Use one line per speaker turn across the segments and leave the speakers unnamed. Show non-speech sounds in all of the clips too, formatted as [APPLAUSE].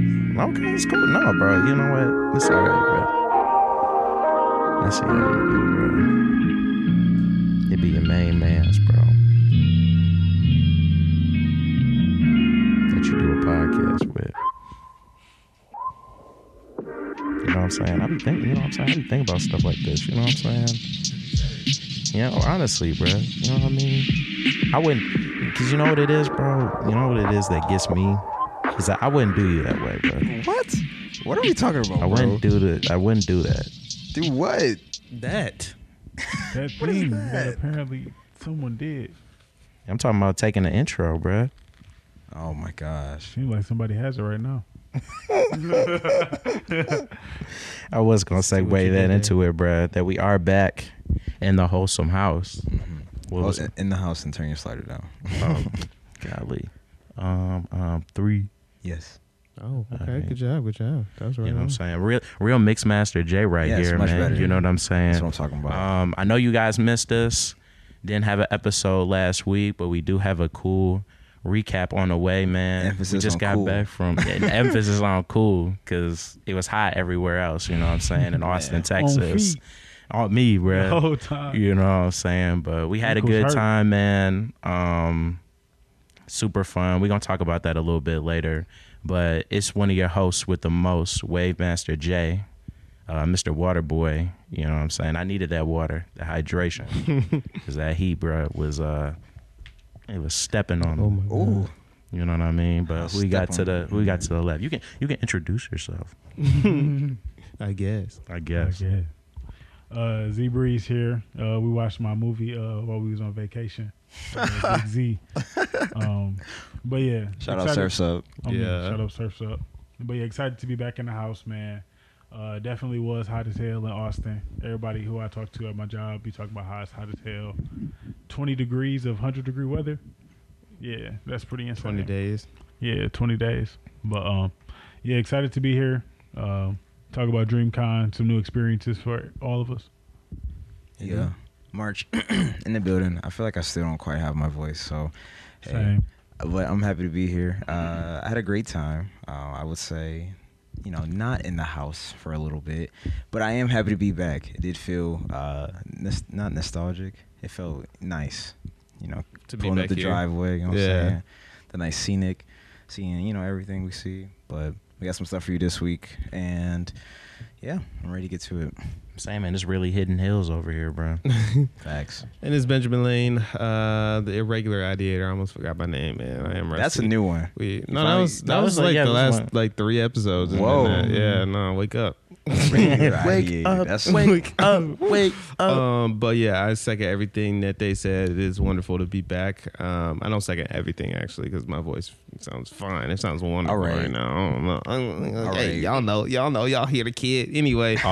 okay, it's cool. No, bro, you know what? It's all right, bro. That's how you do, bro. It be your main man's, bro. That you do a podcast with. You know what I'm saying? I be thinking, you know what I'm saying? I be thinking about stuff like this. You know what I'm saying? Yeah, oh, honestly, bro. You know what I mean? I wouldn't, cause you know what it is, bro. You know what it is that gets me. Cause I, I wouldn't do you that way, bro.
What? What are we talking about?
I wouldn't do that. I wouldn't do that.
do what?
That.
That
What is
thing that?
that?
apparently someone did.
I'm talking about taking the intro, bruh.
Oh my gosh.
Seems like somebody has it right now.
I was gonna
what
segue
you did
that
there.
into it, bruh. That we are back in the wholesome house.
Mm-hmm.
What
Oh,
Well,
was it?
Oh, in the house and turn your slider down. Oh.
Um, golly, um, um, three.
[LAUGHS] yes.
Oh, okay.
Alright.
Good job. Good job. That was right.
You know what
on.
I'm saying? Real, real mix master J right
Yeah, it's
here,
much
man.
better.
You know what I'm saying?
That's what I'm talking about.
Um, I know you guys missed us. Didn't have an episode last week, but we do have a cool recap on the way, man. we
Emphasis
just
on
got
cool.
back from yeah,
[LAUGHS]
the emphasis on cool because it was hot everywhere else. You know what I'm saying?
[LAUGHS]
In Austin, Texas,
feet.
on, me,
The
bro.
[LAUGHS] whole time.
You know what I'm saying? But we had a
Ankles
good
hurt.
time, man. Um, super fun. We're gonna talk about that a little bit later. But it's one of your hosts with the most, Wave Master Jay, uh, Mr. Waterboy. You know what I'm saying? I needed that water, the
[LAUGHS]
hydration, because that heat, bro, was uh, it was stepping on.
Oh
me.
my god.
Ooh.
You know what I mean? But we got to
Step
the
on
we got to the left. You can you can introduce yourself,
[LAUGHS] I guess.
I guess.
Okay. Uh, Z Breeze here. Uh, we watched my movie uh, while we was on vacation. Uh, Big
[LAUGHS]
Z. Um, but yeah.
Shout out
excited-
Surf's Up.
I mean,
Yeah.
Um, Shout out Surf's Up. But yeah, excited to be back in the house, man. Uh, definitely was hot as hell in Austin. Everybody who I talk to at my job be talking about how it's hot as hell. 20 degrees of 100 degree weather. Yeah, that's pretty insane.
Twenty days.
Yeah, 20 days. But um, yeah, excited to be here. Um, talk about DreamCon, some new experiences for all of us.
Yeah. March [CLEARS THROAT] in the building. I feel like I still don't quite have my voice, so hey.
Same.
but I'm happy to be here.
Mm-hmm.
Uh, I had a great time. Uh, I would say, you know, not in the house for a little bit, but I am happy to be back. It did feel uh, nos- not nostalgic. It felt nice, you know,
To be
pulling
back
up the
here.
driveway. You know what I'm
Yeah.
saying? The nice scenic, seeing you know everything we see. But we got some stuff for you this week, and yeah, I'm ready to get to it.
I'm saying, man, it's really hidden hills over here, bro.
Facts.
And it's Benjamin Lane, uh, the irregular ideator. I almost forgot my name, man. I am. Rusty.
That's a new one.
We, no, that
finally-
was that,
that
was,
was, uh,
like
yeah,
the
it was
last
one.
like three episodes. and then
Whoa.
that- yeah, no, wake up. [LAUGHS]
wake That's,
uh, wake
uh,
up, wake up.
Um, but yeah, I second everything that they said. It is wonderful to be back. Um, I don't second everything actually because my voice sounds fine. It sounds wonderful
All
right.
right.
now. I don't know. I don't-
All
hey,
right.
y'all know, y'all know, y'all hear the kid anyway.
that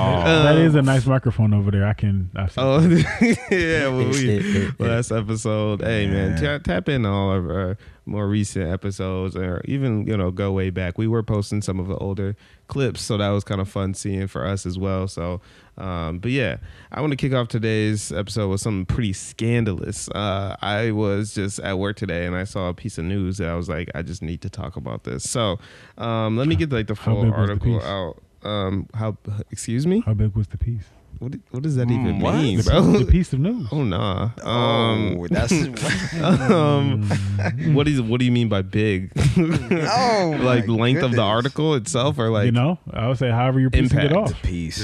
Um,
is a nice microphone over there. I can. I've seen
Oh [LAUGHS] yeah, well,
Fixed
we-
it, it, it.
last episode. Hey man,
Yeah.
tap, tap in all of our more recent episodes, or even you know go way back. We were posting some of the older clips, so that was kind of fun seeing for us as well. So, um, but yeah, I want to kick off today's episode with something pretty scandalous. Uh, I was just at work today and I saw a piece of news that I was like, I just need to talk about this. So, um, let me get like the
How
full
big was the
article
piece?
out. Um, how? Excuse me.
How big was the piece?
What, did- what does that even
what?
mean,
The,
bro?
the piece of news.
Oh nah. Um,
oh, that's
[LAUGHS] um,
Mm.
what is what do you mean by big?
oh,
[LAUGHS] like
my
length of the
goodness.
article itself, or like
you know, I would say however you're piecing it
Impact.
off.
The piece.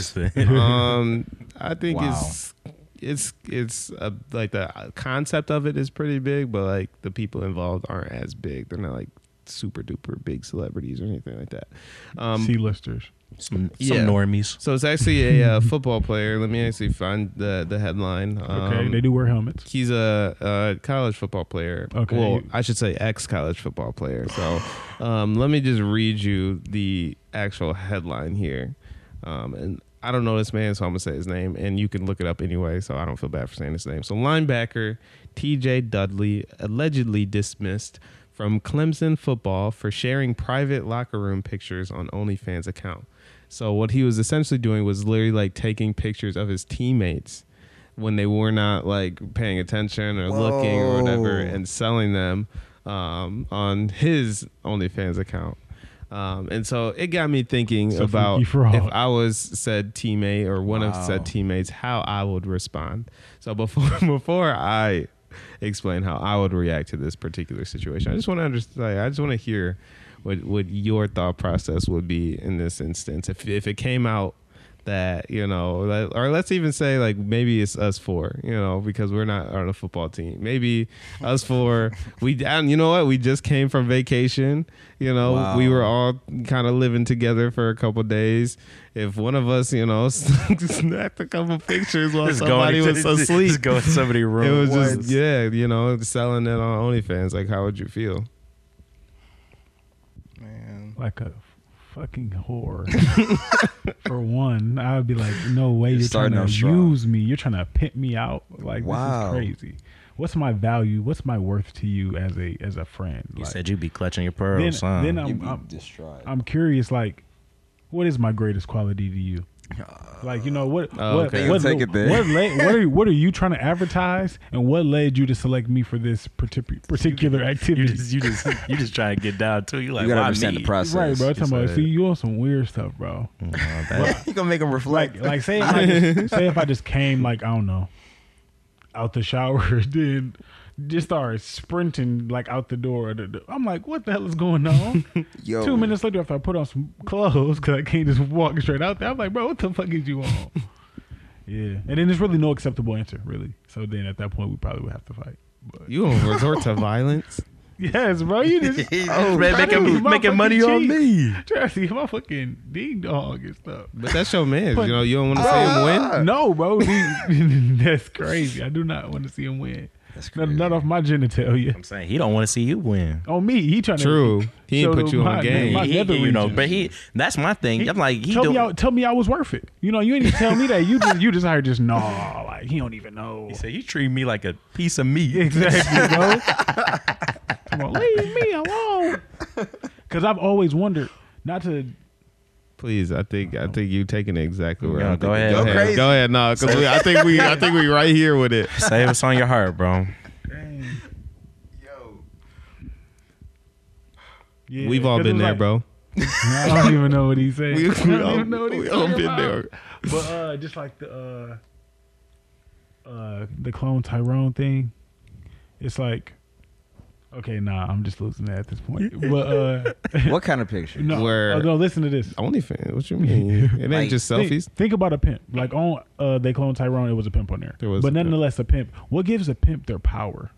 um, I think
Wow.
it's it's it's uh like the concept of it is pretty big, but like the people involved aren't as big. They're not like super duper big celebrities or anything like that. Um,
C-listers.
Some, some
Yeah.
normies.
so it's actually a uh, football player. Let me actually find the the headline.
Okay,
Um,
they do wear helmets.
He's a, uh college football player.
Okay.
Well, I should say ex college football player. So um, let me just read you the actual headline here. Um, and I don't know this man, so I'm going to say his name. And you can look it up anyway, so I don't feel bad for saying his name. So linebacker TJ Dudley allegedly dismissed from Clemson football for sharing private locker room pictures on OnlyFans account. So what he was essentially doing was literally like taking pictures of his teammates when they were not like paying attention or looking or whatever
Whoa.
and selling them um, on his OnlyFans account. Um, and so it got me thinking
So
about
Freaky Frog.
if I was said teammate or one of
Wow.
said teammates, how I would respond. So before [LAUGHS] before I explain how I would react to this particular situation, I just want to understand. I just want to hear what what your thought process would be in this instance. If if it came out that you know, that- or let's even say like maybe it's us four, you know, because we're not on a football team. Maybe us four, we and you know what, we just came from vacation. You know,
Wow.
we were all kind of living together for a couple days. If one of us, you know, [LAUGHS] snapped a couple pictures while
Just
somebody
going to- [LAUGHS]
was asleep,
Just go in somebody's
[LAUGHS]
room.
it was
What?
just yeah, you know, selling it on OnlyFans. Like, how would you feel?
Man.
like a fucking whore. For one, I would be like, no way,
You're
you're trying
starting
to
off strong.
use me. You're trying to pimp me out. Like
Wow.
this is crazy. What's my value? What's my worth to you as a as a friend?
You
Like,
said you'd be clutching your
then,
pearls. huh?
then
You'd
I'm,
be
I'm
distraught.
I'm curious. Like, what is my greatest quality to you? Like you know what
Oh,
what
okay.
what,
Take it there. [LAUGHS]
what, led- what are what are you trying to advertise and what led you to select me for this particular particular
you
activity?
just you just you just trying to get down
[LAUGHS]
too. You like
you gotta
why
understand
me?
the process.
right, bro. I'm Talking about
said-
see you on some weird stuff, bro.
Mm, well, that-
you gonna make him reflect.
Like, like say if I
[LAUGHS]
just, say if I just came like I don't know, out the shower, [LAUGHS] then just started sprinting like out the door. I'm like, what the hell is going on?
[LAUGHS]
Yo,
Two minutes later, after I put on some clothes, because I can't just walk straight out there, I'm like, bro, what the fuck is you
[LAUGHS]
on? yeah, and then there's really no acceptable answer, really. So then at that point, we probably would have to fight. But
You gonna resort to violence?
yes, bro, you
[LAUGHS]
just
Oh, man,
trying to
making,
use my
making
fucking
money on
cheek.
me.
trying to see my fucking ding dong and stuff.
But that's your man. You
But-
know, you don't want to see him
[LAUGHS]
win.
No,
[LAUGHS]
bro, dude, that's crazy. I do not want to see him win.
That's
Not,
crazy.
not off my genitalia.
I'm saying he don't want to see you win.
On me, he trying
True.
to
He didn't
show
put you
the-
on
my-
game.
my
He- he-
nether
you know,
regions.
but he that's my thing. I'm like he
tell
don't.
me, I, tell me I was worth it. You know, you ain't tell me that. You just you just hired just no. Like he don't even know.
he said you treat me like a piece of meat.
[LAUGHS] Exactly, bro. Come on, leave me alone. Because I've always wondered not to.
Please, I think I think you taking it exactly where
No,
I'm
go
thinking.
ahead.
Go
Go
ahead.
crazy.
Go ahead. No, because I think we I think we right here with it.
Say what's on your heart,
[LAUGHS]
bro.
Yo.
Yeah,
We've all
'cause it
been
was
there,
like-
bro.
I don't even know what he said.
We,
I
we
don't
all,
even know what he
we
said.
all been there.
But uh, just like the uh, uh, the clone Tyrone thing, it's like, okay, nah, I'm just losing that at this point. But uh,
What kind of picture?
[LAUGHS]
no,
Where-
oh, no, listen to this.
OnlyFans. What you mean? It ain't
Like-
just
Think-
selfies.
Think, about a pimp. Like on uh, they clone Tyrone, it was a pimp on there.
There was
but
a pimp.
nonetheless, a pimp. What gives a pimp their power?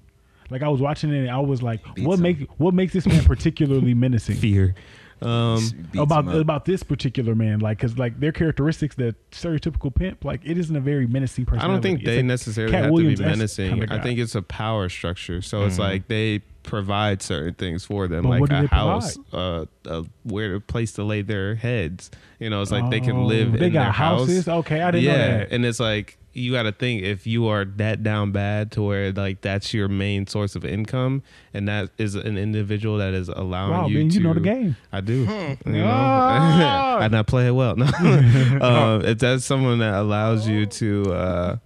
Like I was watching it, and I was like,
Beats
what
him.
make what makes this man particularly menacing?
Fear. Um,
Beats
about
him up.
about this particular man, like because like their characteristics, the stereotypical pimp, like it isn't a very menacing person.
I don't think they necessarily
Cat
have to
Williams-esque
be menacing.
kinda
I
guy. Mm-hmm.
think it's a power structure. So it's like they provide certain things for them,
But
like
what do
a
they
house, uh, a where a place to lay their heads. You know, it's like they
Oh,
can live
they
in
got
their
houses?
house.
Okay, I didn't know
yeah,
that.
and it's like you got to think if you are that down bad to where like that's your main source of income, and that is an individual that is allowing
Wow,
you
Ben,
to.
you know the game.
I do. You know?
Hmm. Ah.
[LAUGHS] I not play it
[LAUGHS]
well. No, um, if that's someone that allows you to. Uh,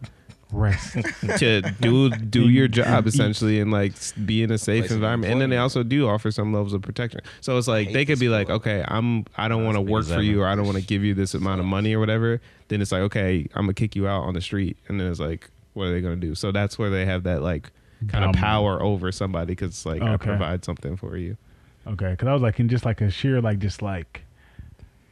rest.
to do do your job essentially and like s- be in a safe
Place of
environment. And then they
employment.
also do offer some levels of protection. So it's like
hate
they could
this
be like,
book.
okay, I'm I don't want to work
because
for
I'm
you or I don't want to give you this amount of money or whatever. Then it's like, okay, I'm gonna kick you out on the street. And then it's like, what are they gonna do? So that's where they have that like kind
Dominant.
of power over somebody because it's like I
Okay.
provide something for you.
[LAUGHS] okay, because I was like in just like a sheer like just like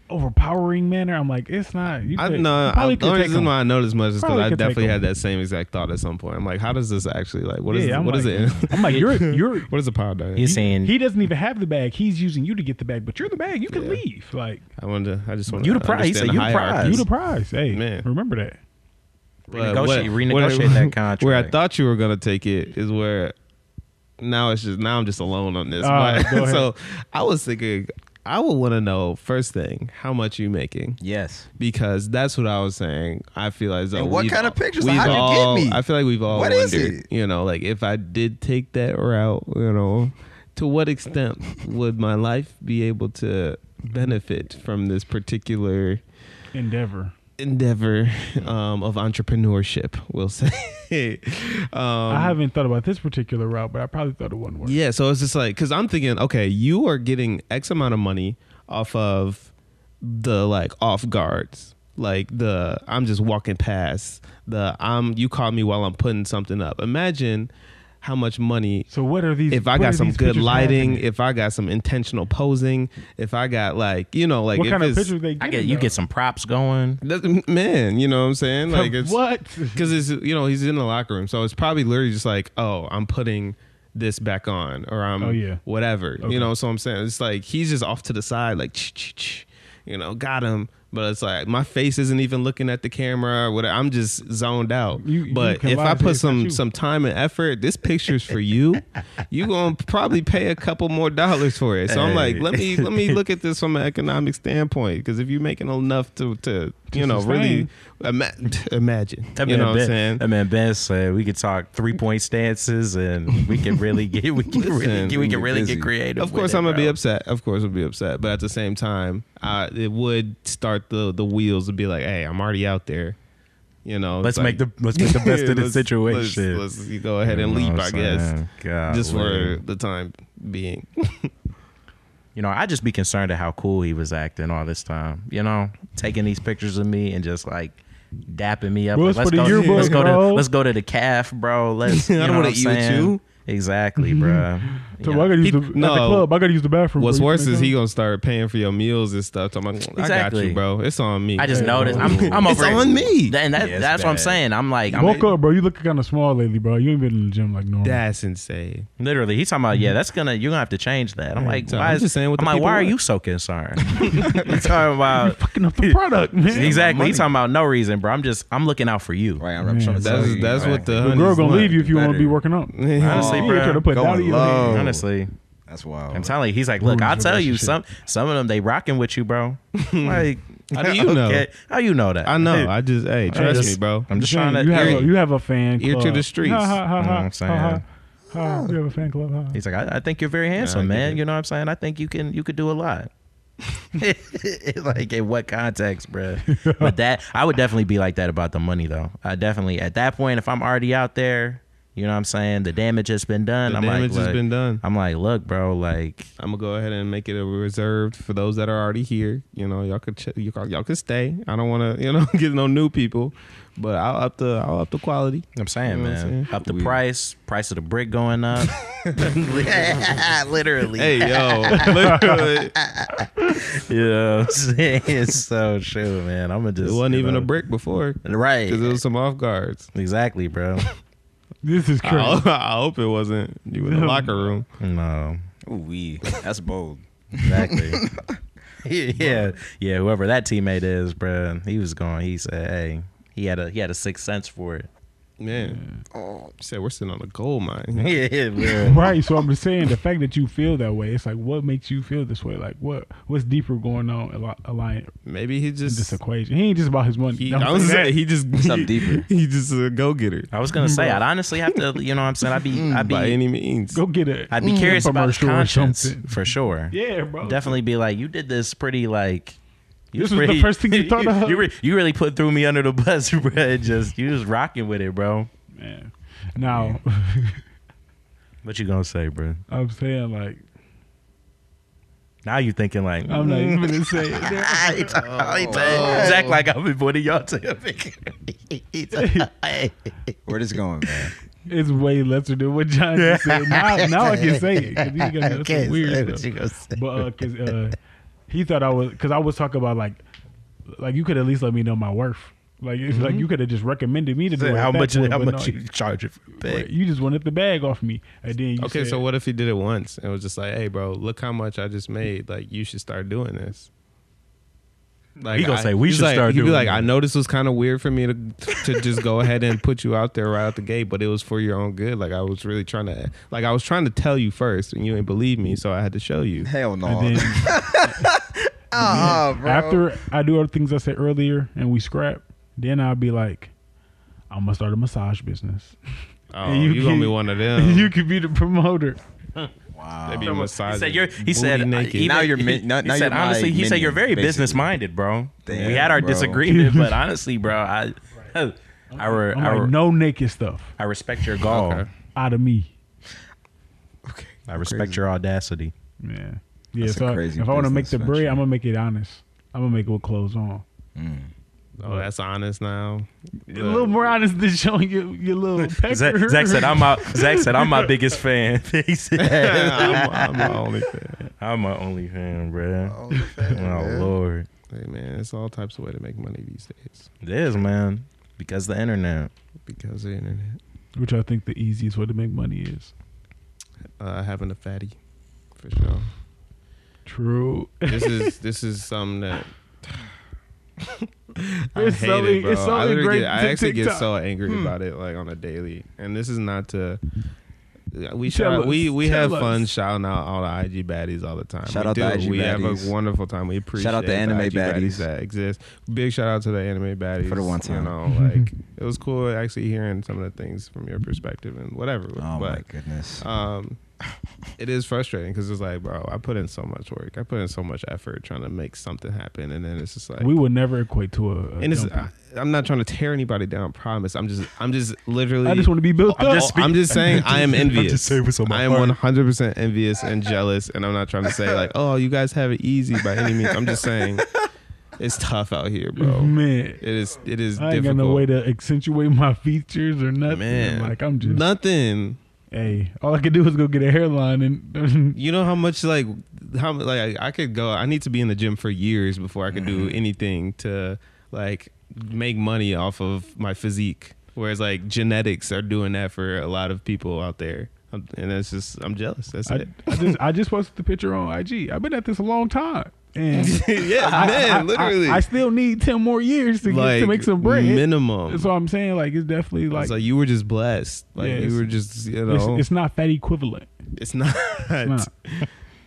overpowering manner. I'm like, it's not. You
I
could-
no,
you
I,
probably
the
could
only
take
reason
him.
why I know this much is because
Probably
I
could take
definitely had
him.
that same exact thought at some point. I'm like, how does this actually like? What is
Yeah, I'm
what is
like-
it?
I'm like, you're
[LAUGHS]
you're.
what is the power dynamic?
He's saying
He doesn't even have the bag. He's using you to get the bag, but you're the bag. You can
Yeah.
leave. Like
I wanted to. I just want
You
to
the prize. He said you the prize.
you the prize. Hey,
Man.
remember that.
Renegotiate- renegotiate that contract.
[LAUGHS] Where I thought you were gonna take it is where now it's just now I'm just alone on this.
All right,
But-
go ahead.
[LAUGHS] so I was thinking I would want to know first thing how much you making
Yes.
because that's what I was saying. I feel like
And what
we've-
kind of pictures?
we've
How'd you get
all-
me?
I feel like we've all
What is
wondered.
it?
You know, like if I did take that route, you know, to what extent would my life be able to benefit from this particular
Endeavor.
endeavor um, of entrepreneurship, we'll [LAUGHS] say. um,
I haven't thought about this particular route, but I probably thought it wouldn't work.
yeah, so it's just like, because I'm thinking, okay, you are getting X amount of money off of the like off guards. Like the I'm just walking past the I'm you call me while I'm putting something up. Imagine how much money
So what are these?
if I
what
got
are
some
these
good
pictures
lighting,
happening?
if I got some intentional posing, if I got like you know like
what
if
kind of
it's,
pictures they
I get you get some props going.
That's- man, you know what I'm saying? Like
[LAUGHS]
it's
what?
because it's you know he's in the locker room, so it's probably literally just like, oh, I'm putting this back on, or I'm
Oh, yeah.
whatever.
Okay.
You know, so I'm saying it's like he's just off to the side, like, "Ch- ch- ch," you know, got him. But it's like my face isn't even looking at the camera. Or whatever. I'm just zoned out.
You- you
but
can
if
lie
I
and say
put
it's not you.
some some time and effort, this picture's
[LAUGHS]
for you. you gonna probably pay a couple more dollars for it. So I'm like,
Hey.
let me let me look at this from an economic standpoint because if you're making enough to to you know really
sustain.
ima- imagine
That
you
man,
know what I'm
ben,
saying?
that man Ben said we could talk three point stances, and we can really get we can really
Listen,
get, we
we
can
get
really
busy.
get creative.
Of course,
with it,
I'm gonna be
bro.
upset. Of course, I'll be upset. But at the same time, I, it would start the the wheels to be like, "Hey, I'm already out there." You know,
Let's
it's
make
like-
the-
[LAUGHS]
let's make the best of the
Let's-
situation.
Let's, let's- you go ahead and
You know
leap,
what
I
I'm
guess,
saying? God,
just
Lord.
for the time being.
You know, I just be concerned at how cool he was acting all this time. You know, taking these pictures of me and just like dapping me up.
Bro,
Like,
it's for the
go,
yearbook,
let's go
bro.
to let's go to the calf, bro. Let's.
I [LAUGHS]
You
don't
know
wanna
what I'm
eat with
saying?
you.
[LAUGHS]
Exactly, bro.
So I gotta use the,
no.
not the club. I gotta use the bathroom.
What's
bro. You
worse
think
is he
I'm-
gonna start paying for your meals and stuff. So I'm like, I got
Exactly.
you, bro. It's on me.
I just
Hey,
noticed.
bro. [LAUGHS]
I'm, I'm
it's
over it.
on me.
And that,
Yeah, it's
that's what I'm
bad.
saying. I'm like, I'm,
Woke up, bro. You looking kind of small lately, bro. You ain't been in the gym like normal.
That's insane.
Literally, he's talking about yeah. That's gonna you're gonna have to change that. I'm like,
so
why
I'm
is,
just saying what
I'm
the
like,
people
why are
want.
you so concerned? [LAUGHS]
[LAUGHS]
he's talking about
fucking up the product, man.
exactly. He's talking about no reason, bro. I'm just I'm looking out for you.
Right, I'm,
Man,
I'm trying to
that's-
tell
That's
you,
that's
right.
what the
The
honeys
girl gonna
want.
leave you if you want to
better.
be working out.
Honestly,
You
bro.
trying to put
Going
doubt in your
low.
head.
Honestly,
That's wild.
Oh.
I'm telling you, he's like, look,
Ruins
I'll
your
tell you some
relationship.
some of them they rocking with you,
[LAUGHS]
bro. like, [LAUGHS]
How do you know?
How you know that?
[LAUGHS] I know. I just hey, trust
just-
me, bro.
I'm just trying to.
you have,
hear
a, you have a fan
Ear to
club.
the streets.
Ha, ha, ha,
You know
ha,
what I'm saying?
Ha, ha, ha. You have a fan club. Ha.
He's like, I, I think you're very handsome,
I get
man.
it.
You know what I'm saying? I think you can you could do a lot. [LAUGHS] like in what context, bro? [LAUGHS] But that I would definitely be like that about the money, though. I definitely at that point, if I'm already out there, you know what I'm saying? The damage has been done.
The
I'm
damage
like,
has
look-
been done.
I'm like, look, bro, like
I'm gonna go ahead and make it a reserved for those that are already here. You know, y'all could ch- you, y'all could stay. I don't want to [LAUGHS] you know get no new people, but I'll up the I'll up the quality.
I'm saying,
You know what
man,
I'm
up the
We-
price, price of the brick going up. [LAUGHS] Literally,
Hey [LAUGHS] yo, literally,
[LAUGHS] yeah. [LAUGHS] it's so true, man. I'm gonna just
it wasn't
you
even a
know.
brick before
right?
because it was some off guards.
Exactly, bro. [LAUGHS]
This is
I,
crazy.
Oh,
ho- [LAUGHS] I hope it wasn't you in the locker room.
no.
Ooh, we. That's bold.
[LAUGHS]
Exactly. [LAUGHS] yeah, yeah. Whoever that teammate is, bruh, he was going. He said, "Hey, he had a he had a sixth sense for it." [LAUGHS]
Man, oh, said we're sitting on a gold mine.
yeah, bruh.
Right, so I'm just saying the fact that you feel that way, it's like what makes you feel this way? Like what what's deeper going on in Alliant
Maybe he
in this
just
equation? He ain't just about his money.
he,
Don't
I was
say that.
saying he just
Something deeper.
[LAUGHS] He just a go getter
I was gonna say, I'd honestly have to. You know, what I'm saying, I'd be, I'd be,
by any means.
go get it.
I'd be curious about his
commercial or
conscience
something.
for sure.
Yeah, bro.
Definitely be like, you did this pretty like. you
This was the first
[LAUGHS]
thing you thought of?
You, re- you really put threw me under the bus, [LAUGHS] bruh. It Just you just rocking with it, bro.
Man. Now [LAUGHS]
What you gonna say, bruh?
I'm saying like
Now you thinking like "Mm,
I'm not even gonna say it.
[LAUGHS] It's Zach, like I've been putting y'all to a [LAUGHS] big.
Where this going,
[LAUGHS]
man?
It's way lesser than what John just said. Now, now I can say it.
[LAUGHS]
'cause he gonna,
Okay,
that's weird
say what
stuff.
you gonna say.
But uh, cause uh, he thought I was because I was talking about like, like you could at least let me know my worth. Like it's like you could have just recommended me to do it. at
Mm-hmm. How
that
much?
point,
How
but
much
no,
you charge it for a
right,
bag?
you just wanted the bag off me, and then you
Okay,
said,
so what if he did it once and was just like, "Hey, bro, look how much I just made. Like, you should start doing this." Like,
He gonna
I-
say, "We
he's
should
like-
start
He'd be
doing
like,
this."
"I know this was kind of weird for me to to just go ahead and put you out there right out the gate, but it was for your own good. Like, I was really trying to, like, I was trying to tell you first, and you didn't believe me, so I had to show you."
Hell no.
[LAUGHS]
And then
Ah, bro.
after I do all the things I said earlier, and we scrap, then I'll be like, I'm gonna start a massage business.
Oh,
you
you,
can-
gonna be one
[LAUGHS]
of them.
[LAUGHS] you could be the promoter.
wow.
They be
He
massaging
said, you're, he
booty
said uh,
naked.
even-
Now you're min-
he-
now-
he
now
said,
you're my
honestly, he said,
minion,
you're very
basically.
business minded, bro.
Damn,
we had our
bro.
disagreement, [LAUGHS] but honestly, bro, I, I, I, re-
I'm
I,
like,
re-
no naked stuff
I respect your goal.
Okay.
out of me.
I respect your audacity.
Man. Yeah,
That's a
so I-
crazy
if I want to make
business
the bread,
venture.
I'm gonna make it honest. I'm gonna make it with clothes on.
Mm.
Oh, that's honest now.
A little more honest than showing your, your little pecker.
Zach, Zach said I'm [LAUGHS] my Zach said I'm my biggest fan. [LAUGHS] He said,
[LAUGHS] I'm, I'm the only fan.
I'm my only fan, bruh.
Only
[LAUGHS]
fan,
Oh
man.
lord,
Hey man, it's all types of way to make money these days
it is man because the internet.
because of the internet.
Which I think the easiest way to make money is.
Uh, having a fatty, for sure.
True.
This is
[LAUGHS]
this is something that. I
It's
hate
so-
it, bro.
it's so
I, literally
great
get- I
to
actually get
TikTok.
so angry
Hmm.
about it, like on a daily. And this is not to. uh, We
Tell
shout,
us,
we we have
tell
fun
us.
shouting out all the IG baddies all the time.
Shout
we
out
do.
the IG
We have
baddies.
a wonderful time. We appreciate
Shout out the anime
IG
baddies.
that exist. Big shout out to the anime baddies
For the one
You
time.
know,
[LAUGHS]
like it was cool actually hearing some of the things from your perspective and whatever.
Oh
but
my goodness.
um, it is frustrating because it's like, bro, I put in so much work, I put in so much effort trying to make something happen, and then it's just like,
we would never equate to a. a
and it's,
dumping.
I, I'm not trying to tear anybody down. Promise, I'm just, I'm just literally,
I just want to be built
I'm
up.
just, I'm
[LAUGHS]
just saying, I am envious.
I'm just saying what's on my
I am
heart.
100 percent envious and jealous, and I'm not trying to say like, oh, you guys have it easy by any means. I'm just saying, it's tough out here,
[LAUGHS]
bro.
man.
It is, it is
I ain't got
difficult.
no way to accentuate my features or nothing.
Man.
Like I'm just
Nothing.
hey. All I could do is go get a hairline and [LAUGHS]
You know how much like how like I, I could go. I need to be in the gym for years before I could
Mm-hmm.
do anything to like make money off of my physique. Whereas like genetics are doing that for a lot of people out there, Um, and that's just I'm jealous. That's
I,
it.
I just I just posted the picture on IG. I've been at this a long time. And
[LAUGHS] yeah, man,
I, I-
literally.
I, still need ten more years to get, to make some bread.
minimum.
That's what I'm saying. Like it's definitely
It's like,
like,
you were just blessed. Like
Yeah,
you
it's-
were just you
it's,
know.
it's not fat equivalent.
It's not.
not.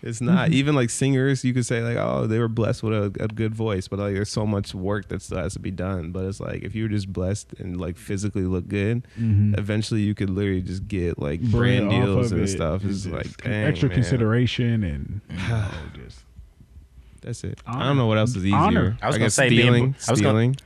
It's not.
Mm-hmm.
Even like singers, you could say like, oh, they were blessed with a, a good voice, but like, there's so much work that still has to be done. But it's like if you were just blessed and like physically look good, eventually you could literally just get like brand
Mm-hmm. Bread off
deals
of
and
it
stuff.
is just
It's like
con-
dang,
extra
man.
consideration
[SIGHS]
and you know, just
That's it. I
Honor.
don't know what else is easier.
Honor.
I was gonna
guess
say being-
stealing.
I was gonna-
stealing.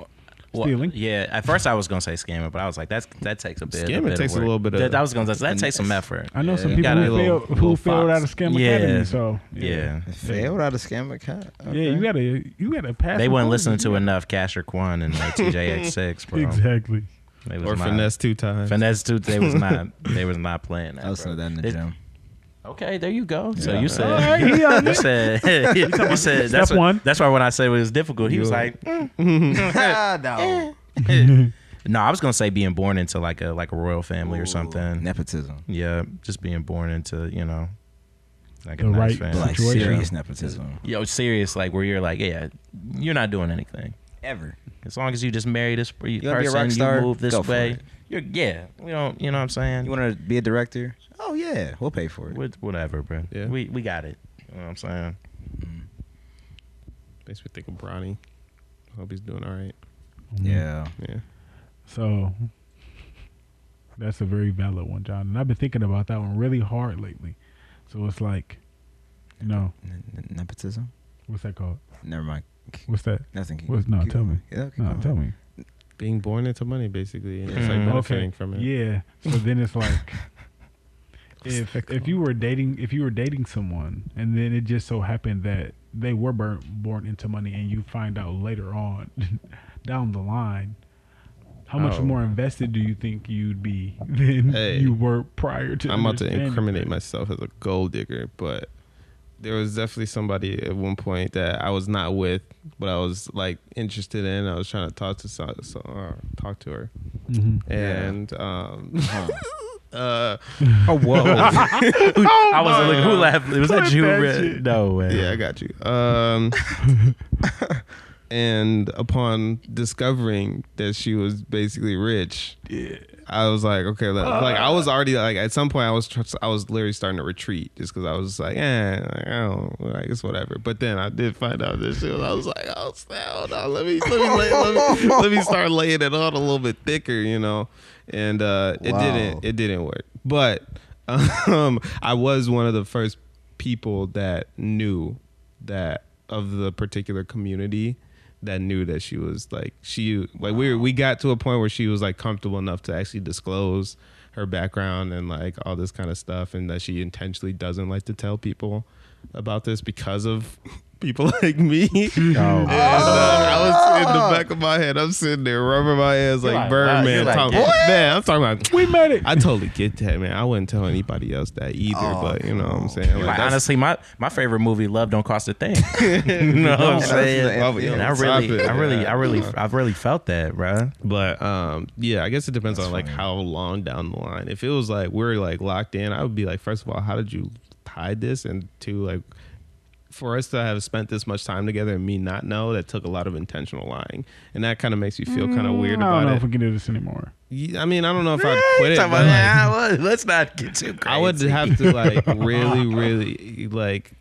Stealing?
Yeah, at first I was gonna say scamming, but I was like, that's that takes a bit. a
Scamming
bit of
takes a
work.
little bit of-
That, I was gonna say that takes some effort.
I know some
you
people
gotta-
who
little-
failed who
little
failed out
fox.
of Scam
Yeah.
Academy. So
Yeah,
Failed out of scam account. Okay.
yeah, you gotta you gotta pass.
they
the
weren't
course.
listening to enough Cash or Quan and uh,
[LAUGHS]
like TJX6, bro.
exactly.
They was
Or
not-
finesse two times.
Finesse too. They was
[LAUGHS]
not. They was not playing that.
I listened to
bro.
that in the
They-
[LAUGHS]
gym.
Okay, there you go. So
Yeah.
you
All
said.
right, he on
You
it. [LAUGHS]
said, [LAUGHS] you said that's
Step
what-
one.
That's why when I said it was difficult, he was like,
[LAUGHS]
"Eh."
Ah, no.
[LAUGHS]
[LAUGHS] "No, I was gonna say being born into like a like a royal family or something."
Nepotism.
Yeah, just being born into you know, like
The
a
right
nice family.
But like
Situation.
serious nepotism.
Yo, serious, like where you're like, yeah, you're not doing anything.
Ever.
As long as you just marry this person,
wanna be a rock star?
you move this
Go for
way.
it.
You're yeah, we don't, you know what I'm saying?
You want to be a director? Oh yeah, we'll pay for it.
What- whatever, bro.
Yeah.
We we got it. You know what I'm saying?
Mm.
Makes me think of Bronny. Hope he's doing all right.
Yeah.
Yeah.
So that's a very valid one, John. And I've been thinking about that one really hard lately. So it's like, you know,
N- n- nepotism.
what's that called?
Never mind.
What's that?
Nothing. Keep-
What's no?
keep
Tell
going.
me.
Yeah, keep
No,
going.
tell me.
Being born into money, basically. And it's like
Mm.
benefiting from it.
Mm-hmm. Yeah. So then
[LAUGHS]
it's like if if you were dating if you were dating someone and then it just so happened that they were burnt, born into money and you find out later on [LAUGHS] down the line how much
Oh.
more invested do you think you'd be than
Hey.
you were prior to
I'm about to
understanding
incriminate
that?
myself as a gold digger, but there was definitely somebody at one point that I was not with, but I was like interested in. I was trying to talk to so, so, uh, talk to her,
Mhm.
Mm-hmm. and um,
Huh.
[LAUGHS] uh,
Oh whoa!
[LAUGHS]
Oh
I was like, who laughed? Was that
Quit
you?
that
Red?
shit.
No way.
yeah, I got you. Um, [LAUGHS] and upon discovering that she was basically rich,
Yeah.
I was like, okay, like, like, I was already like at some point I was tr- I was literally starting to retreat just because I was just like, eh, like, I don't, like it's whatever. But then I did find out this shit. and I was like, oh, snap, hold on, let me let me, lay, let me let me start laying it on a little bit thicker, you know. And uh, it
Wow.
didn't it didn't work, but [LAUGHS] um, I was one of the first people that knew that of the particular community that knew that she was like she like we we got to a point where she was like comfortable enough to actually disclose her background and like all this kind of stuff and that she intentionally doesn't like to tell people about this because of [LAUGHS] people
[LAUGHS]
like me. And,
Oh,
uh, I was in the back of my head. I'm sitting there rubbing my hands like,
like, wow,
Birdman.
you're like,
talking- man, I'm talking about.
We made it.
I totally get that, man. I wouldn't tell anybody else that either, but you know what I'm saying.
Like,
that's-
honestly, my, my favorite movie, Love Don't Cost a Thing. [LAUGHS] you know what I'm
that's
saying?
the end.
Well, yeah,
And I
stop
really,
it,
I really,
yeah.
I really, I've really felt that, bruh.
But um, yeah, I guess it depends on like how long down the line. If it was like we're like locked in, I would be like, first of all, how did you hide this? And two, like for us to have spent this much time together and me not know, that took a lot of intentional lying, and that kind of makes you feel kind of weird
Mm, I don't know
about
if we
it.
can do this anymore.
Yeah, I mean, I don't know if I'd quit it.
Talking
but,
about,
like,
"Ah, well, let's not get too crazy.
I would have
[LAUGHS]
to like really, really like.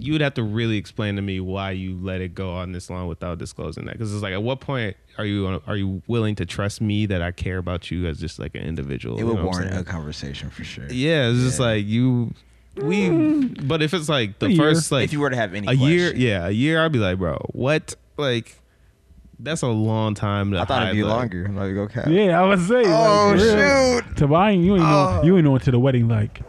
You would have to really explain to me why you let it go on this long without disclosing that, because it's like, at what point are you are you willing to trust me that I care about you as just like an individual?
It
You
would
know what I'm
warrant a
saying?
conversation for sure.
Yeah, it's just
Yeah.
like you, we. But if it's like
A
the
year.
first like
if you were to have any
a year,
question.
yeah, a year, I'd be like, bro, what? Like, that's a long time. To
I thought it'd
hide,
be
like-
longer. I'm like, okay.
Yeah, I was saying.
Oh
like, yeah.
shoot!
Tobias, you ain't
Oh.
know, you ain't know to the wedding. Like,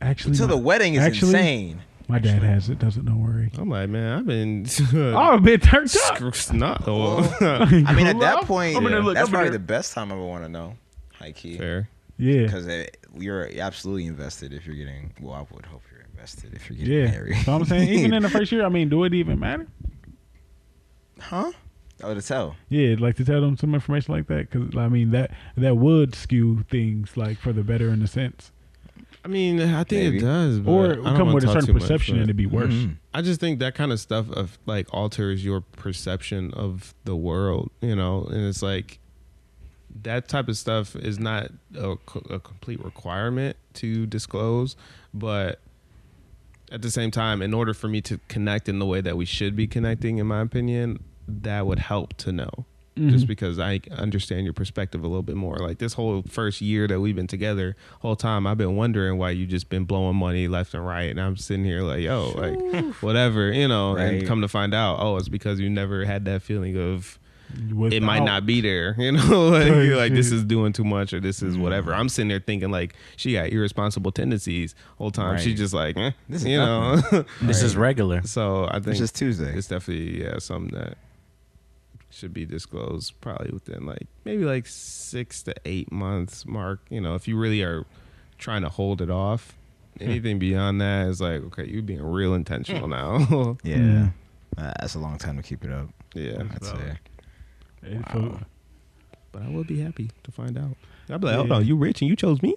actually,
To
my,
the wedding is
Actually- [LAUGHS]
insane.
my dad has it. Doesn't don't worry.
I'm like, man, I've been. [LAUGHS]
Oh, a bit turned up.
Not oh,
I mean, at that point,
I'm in there, look,
that's
I'm in
probably the
there.
best time I would want to know, high key,
[LAUGHS] fair.
Yeah,
because you're absolutely invested if you're getting. Well, I would hope you're invested if you're getting
yeah.
married.
So I'm
[LAUGHS]
saying, even in
[LAUGHS]
the first year, I mean, do it even matter?
huh? Oh, to tell.
Yeah, like to tell them some information like that, because I mean that that would skew things like for the better in a sense,
I mean, I think
Maybe.
it does, but
or
I
it
don't
would come
wanna
with a
talk
certain
too much,
perception
but
and
mm-hmm.
it'd be worse.
Mhm.
I just think that kind of stuff of like alters your perception of the world, you know, and it's like that type of stuff is not a, co- a complete requirement to disclose, but at the same time, in order for me to connect in the way that we should be connecting, in my opinion, that would help to know. Just because I understand your perspective a little bit more. Like this whole first year that we've been together, whole time I've been wondering why you just been blowing money left and right, and I'm sitting here like, yo, like whatever, you know.
Right.
And come to find out, oh, it's because you never had that feeling of
Without-
it might not be there. [LAUGHS] You know, like,
Type
you're like this
shit. Mm.
is doing too much or this is whatever. I'm sitting there thinking like she got irresponsible tendencies whole time.
Right.
She's just like, eh,
This is
you know. [LAUGHS]
This is regular.
so I think
It's just Tuesday.
it's definitely yeah something that should be disclosed probably within like maybe like six to eight months mark. You know, if you really are trying to hold it off.
Hmm.
Anything beyond that is like okay, you're being
[LAUGHS]
real intentional now. [LAUGHS]
yeah,
Mm.
Uh, that's a long time to keep it up.
yeah,
I'd
valid.
say.
And for-
but I would be happy to find out. I'd be like,
Yeah.
oh no, you rich and you chose me.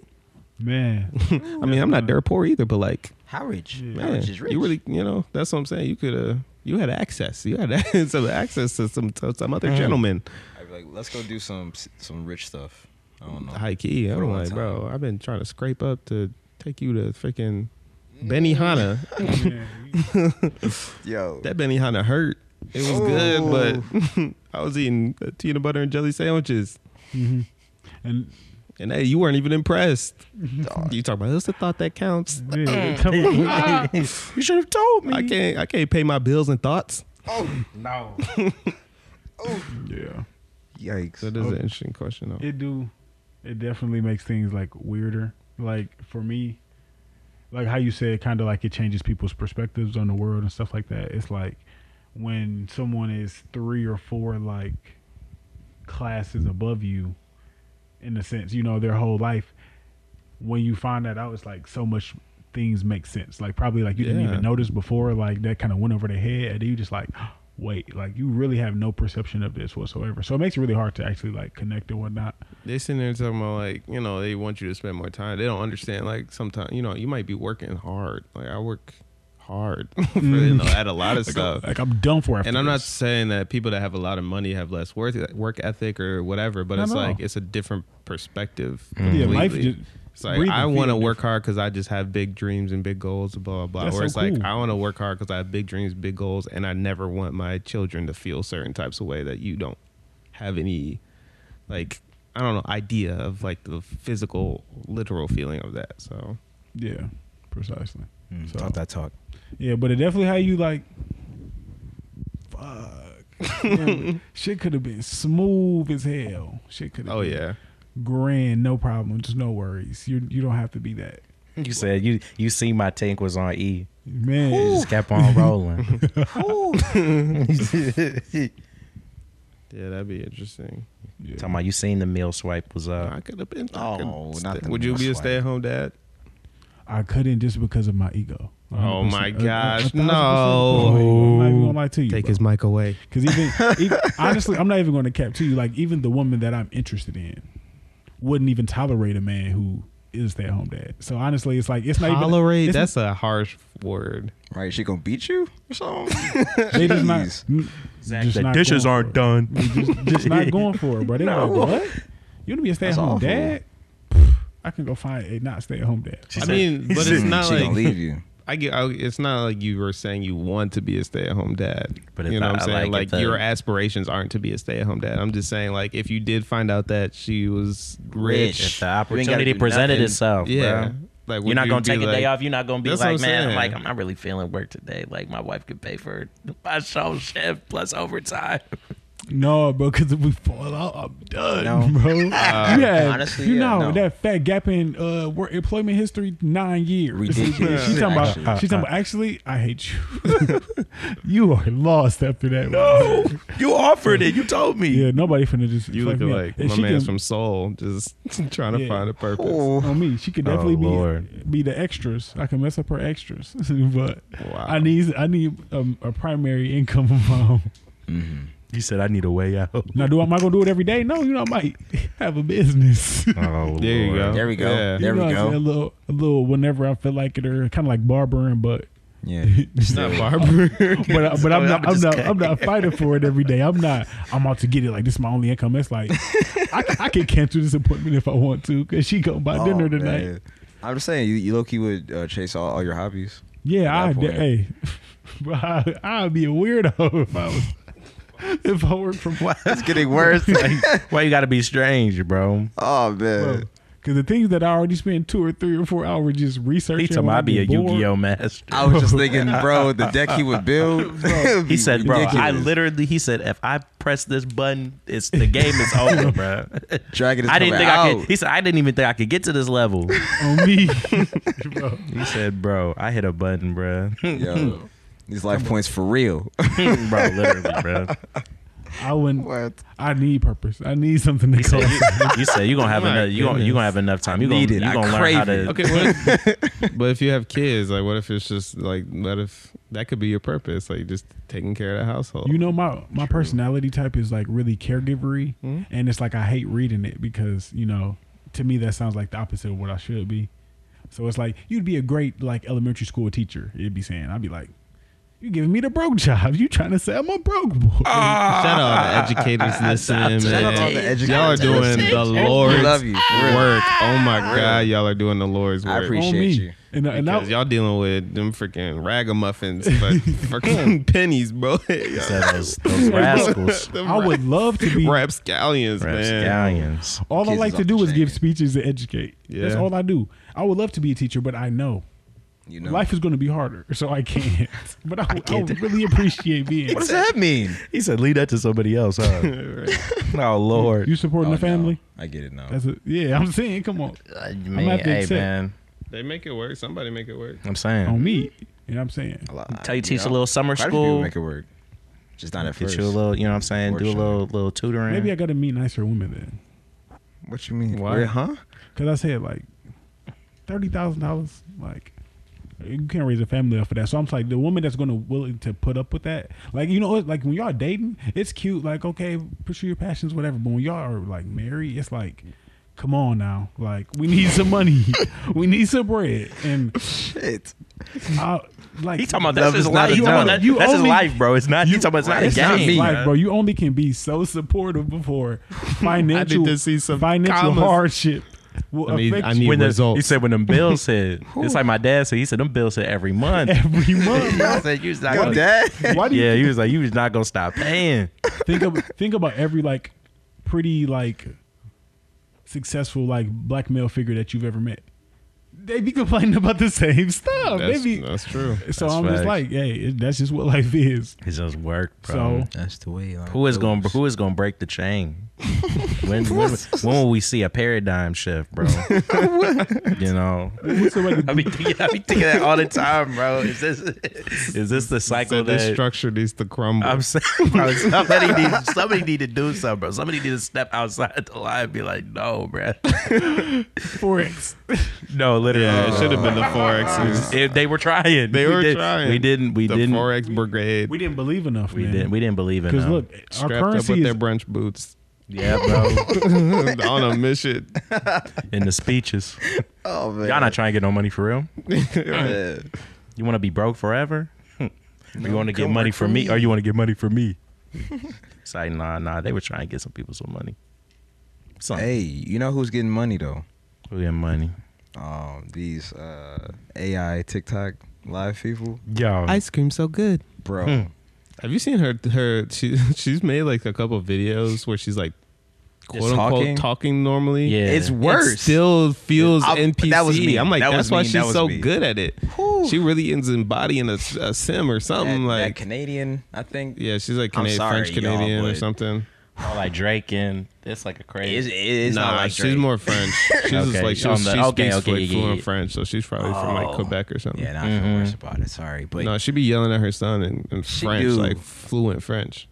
[LAUGHS]
man,
I mean, I'm not dirt poor either, but like,
How rich?
Yeah.
How
man,
rich is rich?
you really, you know, that's what I'm saying. You could, uh, you had access. You had [LAUGHS] access to access to some to some other gentleman.
I'd be like, let's go do some some rich stuff. I don't know.
High key.
For a
I'm
long
like,
time.
bro, I've been trying to scrape up to take you to freaking
Mm. [LAUGHS]
Benny Hana.
yeah,
Yo,
that Benny Hana hurt. It was
Oh.
good, but [LAUGHS] I was eating uh, peanut butter and jelly sandwiches.
mhm. and
And hey, you weren't even impressed.
Dog.
You talk about it's the thought that counts.
yeah, come on.
You should have told
I can't. I can't pay my bills and thoughts.
Oh.
No.
yeah,
yikes!
That is an interesting question. Though.
it do, it definitely makes things like weirder. Like for me, like how you said, kind of like it changes people's perspectives on the world and stuff like that. It's like when someone is three or four like classes above you, in a sense, you know, their whole life. When you find that out, it's like so much things make sense. Like probably like you didn't
Yeah.
even notice before, like that kind of went over their head, and you just like, [GASPS] wait, like you really have no perception of this whatsoever. So it makes it really hard to actually like connect and whatnot.
They sitting there talking about like, you know, they want you to spend more time. They don't understand like sometimes, you know, you might be working hard. Like I work hard [LAUGHS] for you know at a lot of stuff.
Like I'm done for. After
And I'm not
this.
saying that people that have a lot of money have less worth work ethic or whatever, but
Not
it's
at
like
all. Mm.
it's a different perspective.
Yeah, life
completely.
just-
It's like
breathing,
I want to
feeling
work hard because I just have big dreams and big goals, blah blah. blah.
That's
or
so
it's like
cool.
I want to work hard because I have big dreams, big goals, and I never want my children to feel certain types of way that you don't have any, like I don't know, idea of like the physical, literal feeling of that. So
Yeah, precisely.
Mm,
So-
Talk that [LAUGHS] talk.
Yeah, but it definitely how you like.
[LAUGHS]
Fuck. Damn, shit could have been smooth as hell. Shit could.
oh yeah,
Grand, no problem, just no worries. You you don't have to be that.
You said you you see my tank was on E.
Man,
It just kept on
[LAUGHS]
rolling. Talking
Yeah, that'd be interesting.
about you seen the meal swipe was up.
I could have been. I
Oh,
could
not
stay-
the
Would you be a
most
stay at home dad?
I couldn't just because of my ego.
Oh
100%. A- a-
my
a
gosh,
thousand percent
no.
because of my ego. I'm not even gonna lie to you. bro.
mic away.
Because
[LAUGHS]
even, even honestly, I'm not even going to cap to you. Like even the woman that I'm interested in wouldn't even tolerate a man who is their home dad. So honestly, it's like it's not
Tolerate.
Even, it's-
That's a harsh word.
Right? She gonna beat you or something?
they just not,
Jeez.
mm,
Exactly.
just not going for it.
done.
Just,
[LAUGHS]
just not going for it, bro. They
No.
like, what? You want to be a stay at home
awful.
dad? Pff, I can go find a not stay at home dad.
She
I
said-
mean, but
Mm,
it's not
she gonna
like
leave you.
I get. I, it's not like you were saying you want to be a stay at home dad.
But
But
if
you know
I-
what
I
I'm
like
saying? Like,
it, though.
your aspirations aren't to be a stay at home dad. I'm just saying like if you did find out that she was rich,
If the
You ain't gotta
opportunity
do
presented
nothing.
itself,
yeah.
bro.
Like
You're
would
not
you
gonna
be
take a
like-
day off. You're not gonna be
That's what
like,
I'm
man,
saying.
like I'm not really feeling work today. Like my wife could pay for my show shift plus overtime.
No, bro, because if we fall out, I'm done,
No. Uh,
bro. yeah,
honestly,
you
yeah,
know
no.
that fat gap in uh, work employment history nine years. [LAUGHS]
Ridiculous,
she's talking about.
actually.
She's talking about. Actually, I hate you. [LAUGHS] you are lost after that. No.
[LAUGHS] you offered it. You told me.
Yeah, nobody finna just.
You
fuck
look
me up.
like
And
my
she
man's
can-
from Seoul, just [LAUGHS] trying to
Yeah.
find a purpose.
Oh,
on me. She could definitely be
Lord.
be the extras. I can mess up her extras, [LAUGHS] but
Wow.
I need I need um, a primary income of my own.
Mm-hmm.
You said I need a way out.
Now, do I- am I gonna do it every day? No, you know I might [LAUGHS] have a business.
[LAUGHS]
[LAUGHS]
Oh,
There you
Lord.
go.
There we go. There
Yeah.
you
we
know what I'm
go.
saying? A little, a little whenever I feel like it, or kind of like barbering, but
yeah.
It's not Barbara.
[LAUGHS] but I- but I'm
I'm
not I'm
just
not
kidding.
I'm not fighting for it every day. I'm not I'm out to get it. Like this is my only income. It's like I, can- I can cancel this appointment if I want to because she gonna buy
[LAUGHS] Oh,
dinner tonight.
man. I'm just saying, you, you low key would uh, chase all, all your hobbies.
Yeah,
At
I
that
de-
point.
hey, [LAUGHS] bro, I, I'd be a weirdo [LAUGHS] if I was if I worked from home.
It's getting worse.
[LAUGHS] Why you gotta be strange, bro?
[LAUGHS] oh man.
Because the things that I already spend two or three or four hours just researching.
He told me
when I
I'd be a
get bored.
Yu-Gi-Oh master.
I was just thinking, bro, the deck he [LAUGHS] would build.
He said, bro, I literally, he said, if I press this button, it's the game is [LAUGHS] over, bro.
Dragon is
I didn't
coming
think I
out.
could. He said, I didn't even think I could get to this level. [LAUGHS]
on me. [LAUGHS] Bro,
He said, bro, I hit a button, bro. [LAUGHS]
Yo, these life points for real. [LAUGHS]
bro, literally, bro.
I wouldn't.
What?
I need purpose. I need something to
He said,
call.
you, you said you're gonna have
My
enough. You gonna you gonna have enough time. You gonna
need it.
you
I
gonna learn how
crave
to.
it.
Okay, what if, [LAUGHS] but if you have kids, like, what if it's just like, what if that could be your purpose, like, just taking care of the household?
You know my my personality type is like really caregivery,
Hmm?
and it's like I hate reading it because you know to me that sounds like the opposite of what I should be. So it's like you'd be a great like elementary school teacher. It'd be saying I'd be like, you giving me the broke [LAUGHS] job. You trying to say I'm a broke boy?
Ah,
Shout out
[LAUGHS]
to educators listening,
Shout out to all
man.
the educators.
Y'all are doing the
We
Lord's
love you. For real.
work. Oh my God, y'all are doing the Lord's
I
work.
appreciate
[LAUGHS] on me.
you.
And, and that,
Because y'all dealing with them freaking ragamuffins, but
[LAUGHS]
freaking pennies, bro. [LAUGHS]
He said those, [LAUGHS] those rascals,
Them
I would love to
[LAUGHS]
be.
rapscallions, man.
rapscallions.
All I
Kids
like
is
to
off
do
the
is give
chain.
speeches and educate. That's
Yeah.
all I do. I would love to be a teacher, but I know
You know.
life is going to be harder, [LAUGHS] so I can't. But I, would- I
can't.
would really appreciate being.
What does that mean?
He said, leave that to somebody else, [LAUGHS] huh? oh Lord.
You supporting
Oh,
the family?
no. I get it now.
That's a, yeah, I'm saying,
[LAUGHS]
come on,
I
I'm
mean,
gonna have to
hey
accept.
man,
They make it work. Somebody make it work.
I'm saying.
on me. You know what I'm saying?
A lot.
Tell you teach
know,
a little summer
quite a few people
school.
Make it work. Just not at
Get
first.
you a little, you know what I'm saying? Do a
Workshop.
little little tutoring.
Maybe I got to meet nicer women then,
what you mean?
Why?
Wait, huh?
because I said like thirty thousand dollars, like. You can't raise a family off of that, so I'm just like the woman that's gonna willing to put up with that. Like you know, what? like when y'all dating, it's cute. Like okay, pursue your passions, whatever. But when y'all are like married, it's like, come on now, like we need some money, [LAUGHS] we need some bread, and
Shit.
I, like
He talking about
Love
that's his
is not
life.
a
He talking about
job.
that-
You
that's his
only-
life, bro. It's not. He talking about it's not a
It's not
game.
me.
life, bro. You only can be so supportive [LAUGHS] before financial
to see some
financial
commas.
hardship will
I need-
affect
I need-
you
[LAUGHS] When the,
results.
he said when them bills [LAUGHS] hit, it's like my dad said. He said them bills hit every month. [LAUGHS]
every month. bro.
said you was not
Your
gonna, [LAUGHS]
dad? [LAUGHS]
Why do you
yeah, he was like you was not gonna stop paying.
think of, think about every like pretty like successful like black male figure that you've ever met? they be complaining about the same stuff.
That's,
they be,
that's true.
so
that's
I'm
facts.
just like, hey, it- that's just what life is.
It's just work, bro.
So
That's the way. Like,
who is going to who is going to break the
[LAUGHS]
chain? when, when when will we see a paradigm shift,
[LAUGHS]
bro? you know.
what's the way to
[LAUGHS] I be, thinking, I be thinking that all the time, bro. Is this is this
[LAUGHS]
the cycle
So this
that
structure needs to crumble.
I'm saying, [LAUGHS] bro, somebody need somebody need to do something, bro. Somebody need to step outside the line and be like, no, bro.
forex?
[LAUGHS] No, literally.
yeah, it should have been the forexes.
If they were trying. [LAUGHS]
They
we
were
did-
trying.
We didn't. We
the
didn't.
forex brigade.
We didn't believe enough.
we
man.
didn't. We didn't believe in
Because
them.
look, our
strapped up
currency
with
is
their brunch boots [LAUGHS]
yeah, bro.
on [LAUGHS] a mission.
in the speeches,
Oh man.
y'all not trying to get no money for real.
Yeah.
You want to be broke forever? Hmm. you want to get
come
money
work
for
for
me,
me.
or you want to get money for me? it's like, nah, nah. They were trying to get some people some money. Some
Hey, you know who's getting money though?
we had money.
Um, these uh, AI TikTok live people,
Yo,
Ice cream so good.
bro.
Hmm.
Have you seen her? Her she [LAUGHS] she's made like a couple videos where she's like quote
Just
unquote
talking?
talking, normally.
yeah,
It's
It
worse.
still feels
I-
NPC.
that was me.
I'm like,
That was
that's why
me. That
she's
was
so
me.
good at it. She really is embodying a, a sim or
that,
something
that
like.
Canadian, I think.
yeah, she's like
I'm
Canadian,
sorry,
French Canadian
y'all,
or
but-
something.
all like Drake and it's like a crazy.
It's, it's
nah,
not like
she's
Drake.
more
[LAUGHS]
French. She's
Okay,
just like she,
on
was,
the-
she
okay,
speaks
okay,
like
yeah, yeah,
fluent
yeah.
French, so she's probably from like
Oh.
Quebec or something.
Yeah, nah, I
Mm-hmm.
feel worse about it. Sorry, but
No, she'd be yelling at her son in, in
She
French,
do. Oh
like fluent French.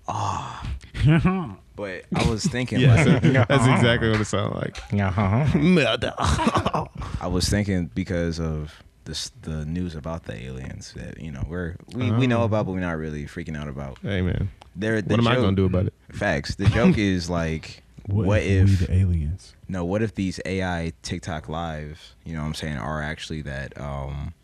[LAUGHS]
but I was thinking
[LAUGHS] Yeah,
like,
that's exactly what it sounded like.
uh-huh.
Murder.
I was thinking because of this the news about the aliens that you know we're we, we know about but we're not really freaking out about.
[LAUGHS] Hey man,
They're, the
what am I
joke-
gonna do about it?
Facts. The joke is like, what,
we
if
the aliens?
no? What if these AI TikTok lives, you know, what I'm saying, are actually that um,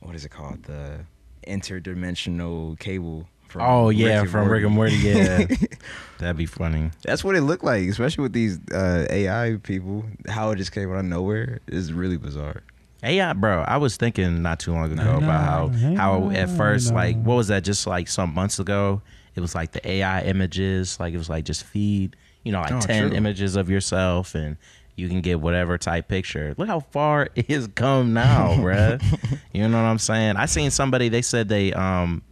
what is it called? The interdimensional cable. From
Oh yeah,
and
from Rick and Morty. Yeah, [LAUGHS] that'd be funny.
That's what it looked like, especially with these uh, AI people. How it just came out of nowhere is really bizarre.
AI, bro. I was thinking not too long ago
No,
about how
no,
how
no,
at first,
no.
like, what was that? Just like some months ago, it was like the AI images. Like it was like just feed, you know, like
Oh,
ten
true.
images of yourself, and you can get whatever type picture. Look how far [LAUGHS] it has come now, bruh. [LAUGHS] You know what I'm saying? I seen somebody. They said they um.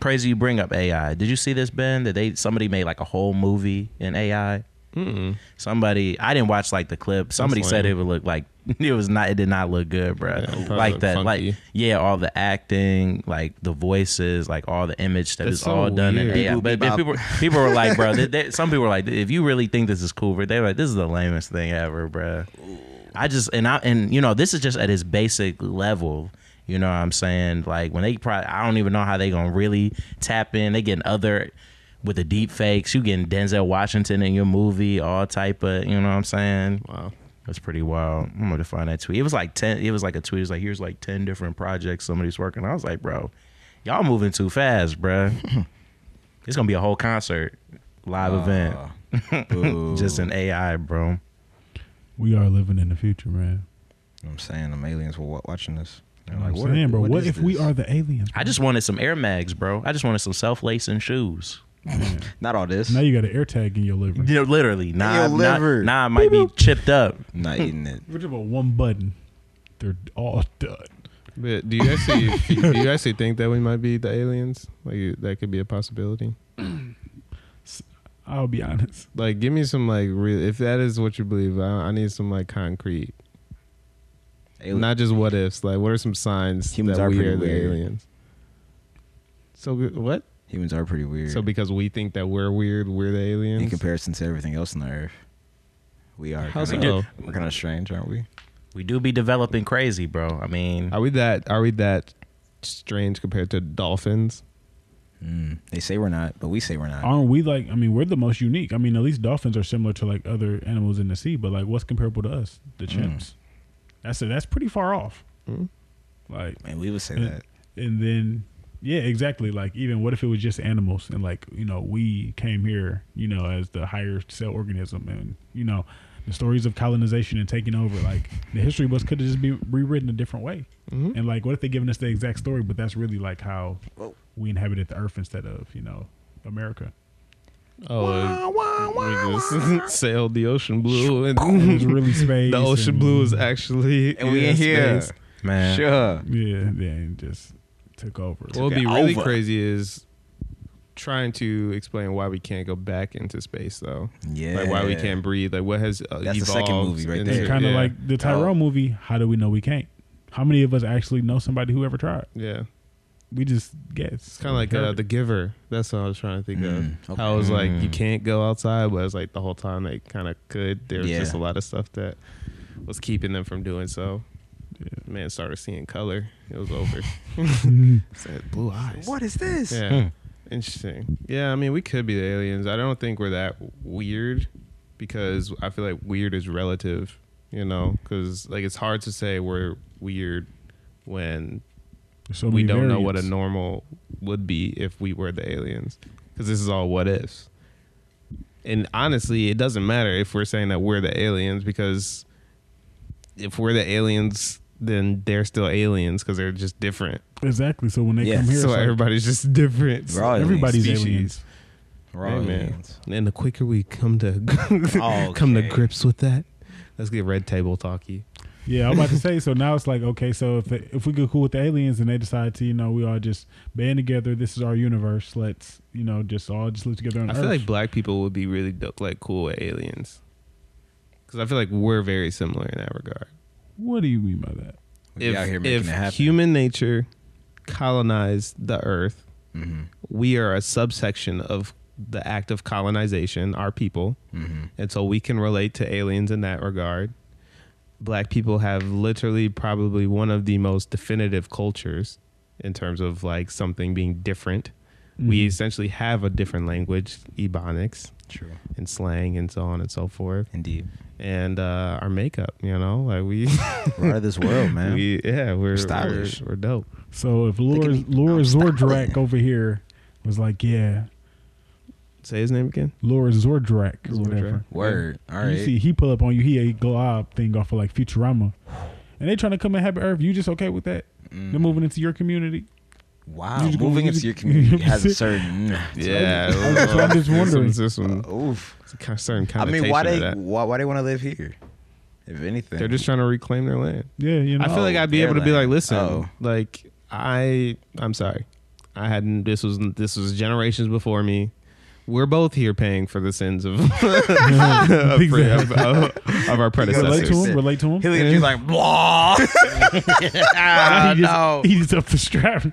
Crazy, you bring up AI. Did you see this, Ben? That they somebody made like a whole movie in AI.
Mm-mm.
Somebody, I didn't watch like the clip. Somebody said
Hmm. lame.
it would look like [LAUGHS] it was not. It did not look good, bro.
Yeah, it probably
like
looked
that, like
funky.
yeah, all the acting, like the voices, like all the image stuff
That's
is
so
all done in
weird.
AI.
People
But
be
but people, people were like,
[LAUGHS]
bro, they, they- some people were like, if you really think this is cool, bro, they're like, this is the lamest thing ever, bro. I just and I and you know this is just at its basic level. You know what I'm saying? Like when they probably I don't even know how they gonna really tap in. They getting other with the deep fakes. You getting Denzel Washington in your movie, all type of you know what I'm saying?
Wow.
That's pretty wild. I'm gonna find that tweet. It was like ten. It was like a tweet. It was like here's like ten different projects somebody's working. on. I was like, bro, y'all moving too fast, bro. it's gonna be a whole concert, live event,
Uh, Boo.
[LAUGHS] just an AI, bro.
We are living in the future, man.
You know what I'm saying them aliens were wa- watching us. They're
I'm
what-
saying, bro. What,
is
if we
this?
are the aliens?
I just wanted some Air Mags, bro. I just wanted some self lacing shoes.
not all this?
Now you got an air tag in your liver.
You know, literally, nah,
your
nah,
liver.
nah, it might be chipped up.
not eating
[LAUGHS]
it.
We're talking about one button. They're all [LAUGHS] done.
But do you actually
[LAUGHS]
do you actually think that we might be the aliens? Like you- that could be a possibility.
I'll be honest.
Like, give me some like real. If that is what you believe, I, I need some like concrete,
Alien-
not just what ifs. Like, what are some signs
Humans
that
are
we
pretty
are the
weird.
aliens? So good- what?
humans are pretty weird.
So because we think that we're weird, we're the
in
aliens.
comparison to everything else on the earth, we are.
How
kinda-
so?
We're kind of strange, aren't we?
We do be developing crazy, bro. I mean, [LAUGHS]
Are we that? Are we that strange compared to dolphins?
Mm. They say we're not, but we say we're not.
Aren't we like? I mean, we're the most unique. I mean, at least dolphins are similar to like other animals in the sea. But like, what's comparable to us? The chimps. That's a, that's pretty far off.
Mm.
Like,
Man, we would say
Yeah.
that.
and then yeah, exactly. Like, even what if it was just animals and like you know we came here you know as the higher cell organism and you know the stories of colonization and taking over like the history books could have just be rewritten a different way.
Mhm.
And like, what if they given us the exact story,
[LAUGHS]
but that's really like how we inhabited the earth instead of you know America.
Oh, we just [LAUGHS] sailed the ocean blue, and
It's really space.
[LAUGHS] the ocean
and-
blue is actually
And we in here.
space.
man.
Sure.
Yeah, then just took over.
What would be
Okay,
really
over.
crazy is trying to explain why we can't go back into space, though.
Yeah.
Like why we can't breathe. Like what has uh,
That's the second
evolved
movie right
into-
It's
there.
kind of
yeah,
like the Tyrone
Oh.
movie. How do we know we can't? How many of us actually know somebody who ever tried?
yeah.
We just guess.
It's kind of like uh, the Giver. That's what I was trying to think
Mm,
of.
okay.
How it was like you
Mm.
can't go outside, but it's like the whole time they kind of could. There was
Yeah.
just a lot of stuff that was keeping them from doing so.
Yeah.
Man started seeing color. It was over.
[LAUGHS]
Said blue eyes.
What is this?
Yeah. Interesting. Yeah, I mean, we could be the aliens. I don't think we're that weird because I feel like weird is relative, you know, cuz like it's hard to say we're weird when
So
we
many
don't know what a
variants.
normal would be if we were the aliens cuz this is all what ifs. And honestly, it doesn't matter if we're saying that we're the aliens because if we're the aliens, then they're still aliens cuz they're just different.
Exactly. So when they
Yeah,
come here,
so
it's like,
everybody's just [LAUGHS] different.
We're all
everybody's
aliens.
aliens.
We're
Hey,
all
man.
aliens.
And the quicker we come to [LAUGHS] come to
Okay.
grips with that, let's get red table talky.
[LAUGHS] Yeah, I'm about to say. So now it's like, okay, so if they, if we get cool with the aliens and they decide to, you know, we all just band together. This is our universe. Let's, you know, just all just live together on
I
Earth.
feel like black people would be really dope, like cool with aliens, because I feel like we're very similar in that regard.
what do you mean by that?
We out here making
if
it happen.
human nature colonized the earth,
Mhm.
we are a subsection of the act of colonization, our people.
Mhm.
And so we can relate to aliens in that regard. Black people have literally probably one of the most definitive cultures in terms of like something being different. We essentially have a different language, ebonics
True.
and slang and so on and so forth.
Indeed.
And uh, our makeup, you know, like we, [LAUGHS]
We're out of this
[LAUGHS]
world, man.
we yeah, we're, we're,
stylish.
we're dope.
So if Laura
at me.
Laura
I'm
Zordrak
styling.
over here was like, yeah,
Say his name again.
Laura Zordrak or
Zordrak.
whatever.
Word. All right.
You see, he pull up on you. He a glob thing off of like Futurama, and they trying to come and have Earth. You just okay with that?
Mm.
They're moving into your community.
wow.
you just
Moving
gonna-
into your community has a certain.
[LAUGHS]
[LAUGHS]
Yeah,
just- I'm just
this one's-
wondering.
This one,
[LAUGHS] Oof.
it's a kind of certain
Oh. I
connotation
mean, why
of
they
that.
why, why they want to live here? If anything,
They're just trying to reclaim their land.
Yeah, you know.
I feel like I'd be
their
able to be like,
land.
listen,
Oh.
like I, I'm sorry, I hadn't. This was this was generations before me. We're both here paying for the
[LAUGHS]
sins of [LAUGHS] of, pre- of, of, of our
relate to
predecessors.
him. Relate to him.
He look at you like blah. ah,
he, just,
no.
he just up the strap.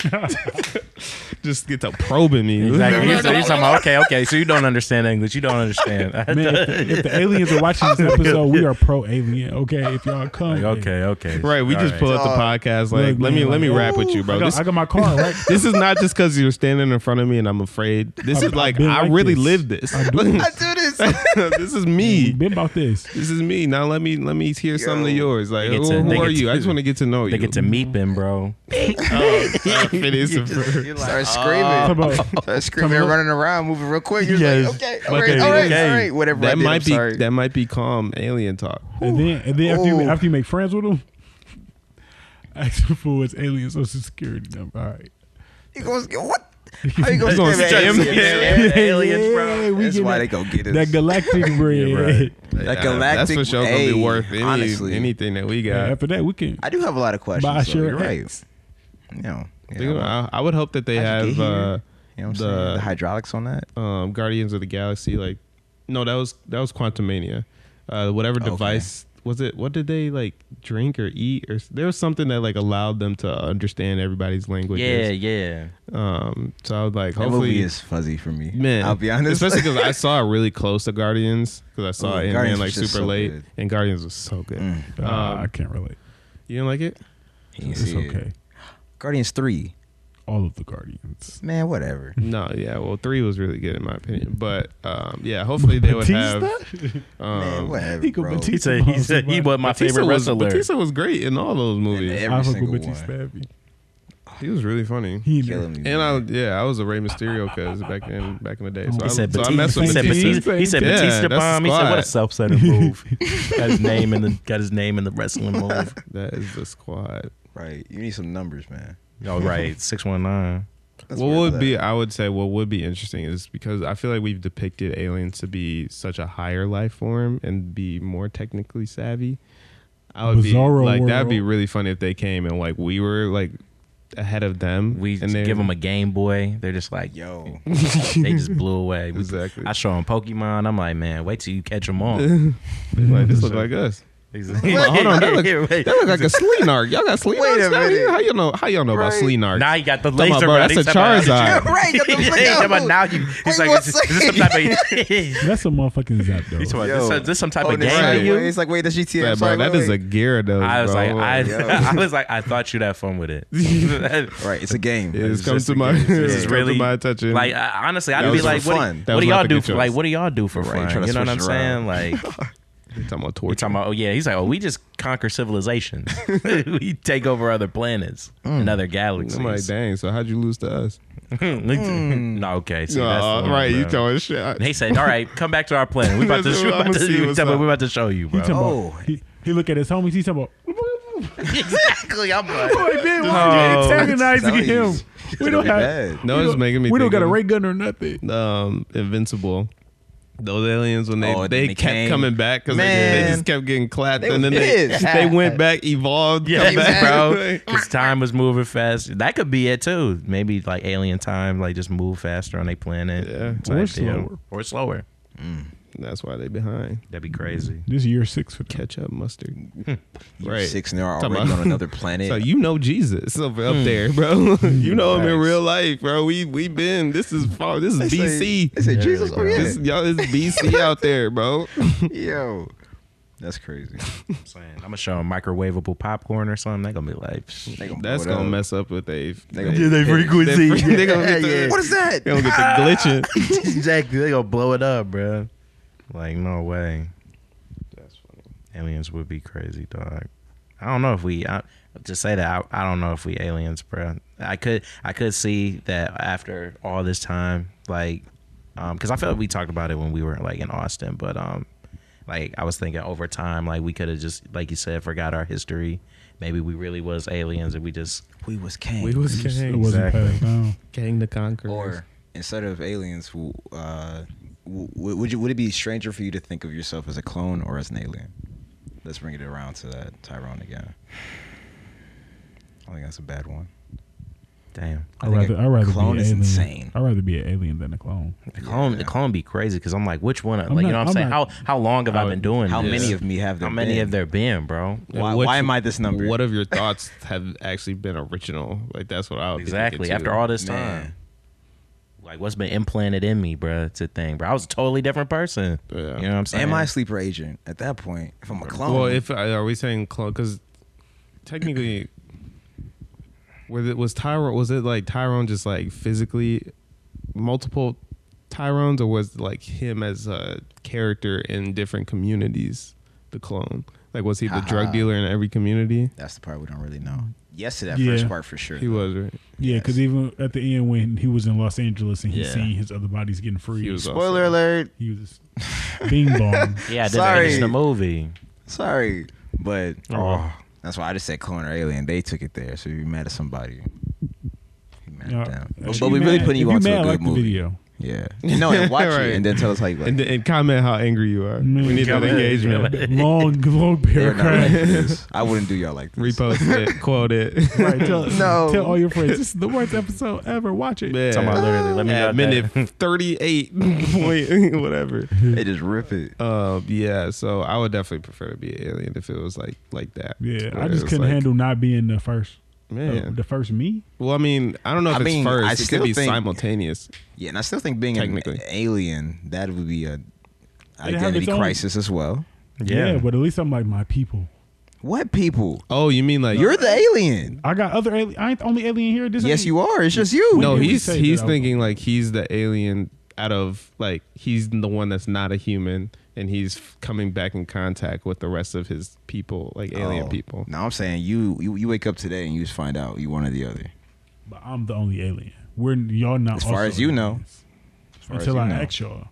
Just get to probing me. [LAUGHS]
Exactly. You're, you're talking about, okay, okay. So you don't understand English. You don't understand. [LAUGHS]
Man, if the, if the aliens are watching this episode, we are pro alien. Okay, if y'all come,
Like, okay, okay.
Right, we
All
just pull up the
Dog.
podcast. Like,
Look,
let me
man,
let me
like,
rap with you,
I
bro.
got,
This,
I got my car right.
this is not just because you're standing in front of me and I'm afraid. This is
I've
like
been
I
like
really
this.
lived this. [LAUGHS]
I do this. [LAUGHS]
this is me.
We've been about this.
This is me. Now let me let me hear some of
Yo.
yours. Like,
They get
who,
to-
who
they
are
get
you? I
to-
just want to get to know you.
They get
[LAUGHS]
to meeping, bro.
It
[LAUGHS]
is a verb.
Start screaming.
Come on.
Start screaming and running around, moving real quick. You're
Yes.
like, okay, all
But
right,
they-
all right,
okay.
all right. Whatever. I
that
did,
might
I'm
be
sorry.
that might be calm alien talk.
[LAUGHS] And then, and then after, you,
Ooh.
after you make friends with them, [LAUGHS] ask them for his alien social security number. All right.
You gonna,
[LAUGHS]
what? How you gonna,
You gonna
say
say him?
that? [LAUGHS]
Yeah, aliens, bro.
Yeah, we
That's
getting
why they
that,
go get us.
that galactic bread.
Yeah,
[LAUGHS]
right.
That
Yeah,
galactic-
That's for sure gonna be
hey,
worth any,
honestly.
anything that we
And
got.
After that, we can.
I do have a lot of questions.
Buy
so
your
you're
eggs.
right. You know, you
Think
know,
about- I, I would hope that they
How'd you
have
get
uh,
here? you know what I'm
the-
saying? The hydraulics on that.
um, Guardians of the Galaxy. Like, no, that was that was Quantumania. Uh, whatever
Okay.
device was it? What did they like drink or eat or s- there was something that like allowed them to understand everybody's language.
Yeah, yeah.
Um. So I would like
That movie
hopefully.
is fuzzy for me.
Man,
I'll be honest. [LAUGHS]
Especially because I saw it really close to Guardians because I
Ooh,
saw it man
Guardians
like
was
super
just so
late,
good.
and Guardians was so good.
Mm.
Ah,
Um,
I can't relate.
You didn't like it?
You can
It's
see it.
okay.
Guardians three.
All of the Guardians.
Man, whatever.
No, yeah. Well, three was really good in my opinion,
Mm.
but um, yeah, hopefully they would have. Um,
[LAUGHS] Batista?
Man, whatever.
he could
bro.
Batista
He said he said he was my
Batista
favorite
was,
wrestler.
Batista was great in all those
And eh,
movies.
I
Every
fuck
single
with
one.
Batista. heavy.
He was really funny.
He in there.
Killing me.
And I, yeah, I was a Rey Mysterio cuz back in back in the day. So,
He
I,
He said
so I
Batista.
messed
He
with
said
Batista.
Batista, he said
Yeah,
Batista
that's
bomb. He said what a
squad. [LAUGHS]
self-centered move. got his name in the got his name in the wrestling
[LAUGHS]
move.
That is the squad.
right. You need some numbers, man.
All right, six one nine.
That's
what
where it's
would
at.
be I would say what would be interesting is because I feel like we've depicted aliens to be such a higher life form and be more technically savvy. I would
Bizarro
be like that'd be
world.
really funny if they came and like we were like ahead of them.
We
and they-
give them a Game Boy. They're just like, yo,
[LAUGHS]
yo?
[LAUGHS]
they just blew away. We-
Exactly.
I show them Pokemon. I'm like, man, wait till you catch them
[LAUGHS]
all.
They're like
[LAUGHS]
this look like us. hold on, that look, that look like a Sleenark. Y'all got Sleenarks
[LAUGHS] Wait a
down here?
minute.
How y'all know? How y'all know about
Right.
Sleenarks?
Now you got the
Talking
laser.
about, bro,
rod.
that's
He's
a
talking [LAUGHS]
Charizard. [LAUGHS]
about-
Right, got the
Yeah,
flick
he's talking about
out.
now you. He's
Wait,
like,
what's
is, this- is this some type of? [LAUGHS] he's
That's
[LAUGHS]
a motherfucking zap though.
talking about,
Yo.
this, this some type
Oh,
of
this
game.
right,
to you?
wait, It's like wait, that's GT.
Yeah,
I'm
bro,
sorry,
that
wait,
is a
wait.
Gyarados.
I was
bro.
like, I,
yo.
[LAUGHS] I was like, I thought you'd have fun with
[LAUGHS]
it.
Right, it's a game.
Yeah, this
It's
comes
just
to
a
my [LAUGHS]
game. This
this
is
comes
really-
to my attention.
Like I, honestly, I'd
That
be
was
like, what,
for
do-
fun.
what
That was
do
not
y'all
a
do
good
for
choice.
like? What do y'all do for
Right,
fun?
tryna
You know what I'm
switch it
saying?
around.
Like
[LAUGHS] They talking about
we're
torture.
talking about. Oh yeah, he's like, oh, we just conquer civilizations. [LAUGHS] we take over other planets
Mm.
and other
I'm like,
galaxies. Mm.
dang. So howd you lose to us?
[LAUGHS] no, okay, so that's the
Aw,
one,
Mm. right, you
bro.
throwing shit. out.
And he said, all right, come back to our planet. We about to,
That's
we
what-
about
I'ma
to, [LAUGHS]
see
we
what's
about-
up.
we about to show you,
He
bro.
talking about-
Oh.
he, he look at his homies. He talking about.
[LAUGHS]
exactly. I'm like,
[LAUGHS] Like, man, why
Oh.
you antagonizing
Tell you,
him?
[LAUGHS]
[LAUGHS]
it's
We
gonna
don't
be
have.
bad.
no,
we
it's
don't-
making me.
We don't
think
got a
of-
ray gun or nothing.
um Invincible. Those aliens when they
Oh,
they,
they
kept
came.
coming back because they,
Man.
they just kept getting clapped
They
and then
was
they,
pissed.
they went back evolved. come
[LAUGHS] yeah,
back.
bro. Because time was moving fast. That could be it too. Maybe like alien time, like just move faster on their planet.
Yeah.
type
Or
deal.
slower.
Or slower.
[LAUGHS] That's why they behind.
That'd be crazy.
This is year six for them.
Ketchup mustard.
You're
[LAUGHS] Right.
Six and they're
Talking
already
about-
on another planet.
So you know Jesus over up
[LAUGHS]
there, bro. [LAUGHS] you know him in
Hmm. Facts.
real life, bro. We we been this is far this is
They say-
BC.
They say Jesus. Oh yeah.
This, y'all this
[LAUGHS]
BC out there, bro.
[LAUGHS] Yo. That's crazy.
I'm saying I'm gonna show them microwavable popcorn or something. They're gonna be like, psh.
They gonna
That's
blow it
gonna
up.
mess up with they.
They gonna be pissed.
frequency. [LAUGHS] They gonna get the,
What is that?
they gonna get the glitching.
[LAUGHS]
exactly. They gonna blow it up, bro. Like no way. Aliens would be crazy, dog. I don't know if we I, to say that. I, I don't know if we aliens, bro. I could I could see that after all this time, like, um, because I felt we talked about it when we were like in Austin, but um, like I was thinking over time, like we could have just like you said, forgot our history. Maybe we really was aliens, and we just
We was king.
We was
It
gang,
wasn't passed down.
gang the conquerors.
Or instead of aliens, w- uh, w- w- would you would it be stranger for you to think of yourself as a clone or as an alien? Let's bring it around to that Tyrone again. I think that's a bad one.
damn.
I
I'd
think
rather,
a
I'd rather be
clone
an
is
alien.
insane.
I'd rather be an alien than a clone.
The clone, the clone be crazy because I'm like, which one? Like,
I'm
you
not-
know what I'm,
I'm
saying?
not-
how how long have I been doing
How
this?
many of me have there?
how many
been?
have there been, bro?
And
Why-
what
why
you-
am I this number?
What of your thoughts have actually been original? Like that's what I would be thinking,
Exactly.
too.
After all this
Man.
time, like, what's been implanted in me, bro? It's a thing, bro. I was a totally different person.
Yeah.
You know what I'm saying?
Am I a sleeper agent at that point? If I'm a clone,
Well, if uh, are we saying clone? Because technically, was it was Tyrone? Was it like Tyrone just like physically multiple Tyrones, or was it like him as a character in different communities the clone? Like was he the drug
Haha.
dealer in every community?
that's the part we don't really know. Yes, to that
Yeah.
first part for sure.
He was right.
Yeah, because
Yes.
even at the end when he was in Los Angeles and he
Yeah.
seen his other bodies getting free,
He was also-
Spoiler alert.
he was just [LAUGHS] bing bong.
Yeah, I didn't
Sorry.
finish the movie.
Sorry, but
Oh.
that's why I just said clone or alien. They took it there, so if you're mad at somebody. Be mad
Yeah.
at them.
If
But,
you
but we really
mad-
putting
if
you onto
mad,
a good
like
movie.
The video.
Yeah. No,
[LAUGHS]
and watch
Right.
it and then tell us how you like. [LAUGHS]
And,
it.
and comment how angry you are. We need that
Comment.
[LAUGHS]
engagement.
long, long
They are not like [LAUGHS]
[LAUGHS] paragraph.
this. I wouldn't do y'all like this.
[LAUGHS]
Repost it, quote it.
Right, tell, [LAUGHS]
No.
tell all your friends this is the worst episode ever. Watch it.
Man.
Talking about literally, let me know
At
that.
minute thirty-eight [LAUGHS] point [LAUGHS] whatever.
They just rip it.
Um, yeah, so I would definitely prefer to be an alien if it was like like that.
Yeah,
Where
I
it
just
was
couldn't
like,
handle not being the first. uh,
Man,
the first me.
well, I mean, I don't know if
I
it's
mean,
first.
I
it could
still
be
think-
simultaneous.
Yeah, and I still think being an
Technically.
alien that would be a
have
identity
its own-
crisis as well.
Yeah.
but at least I'm like my people.
What people?
Oh, you mean like
You're the alien.
I got other alien. I ain't the only alien here. This
Yes,
ain't-
you are. It's just you.
no?
did we
He's
say
he's
that I-
thinking like he's the alien out of like he's the one that's not a human, and he's f- coming back in contact with the rest of his people, like alien
Oh.
people.
No, I'm saying you, you. You wake up today and you just find out you one or the other.
But I'm the only alien. We're y'all not
As far
also
as you know.
aliens.
far as [LAUGHS]
until
you
I
know.
ask y'all.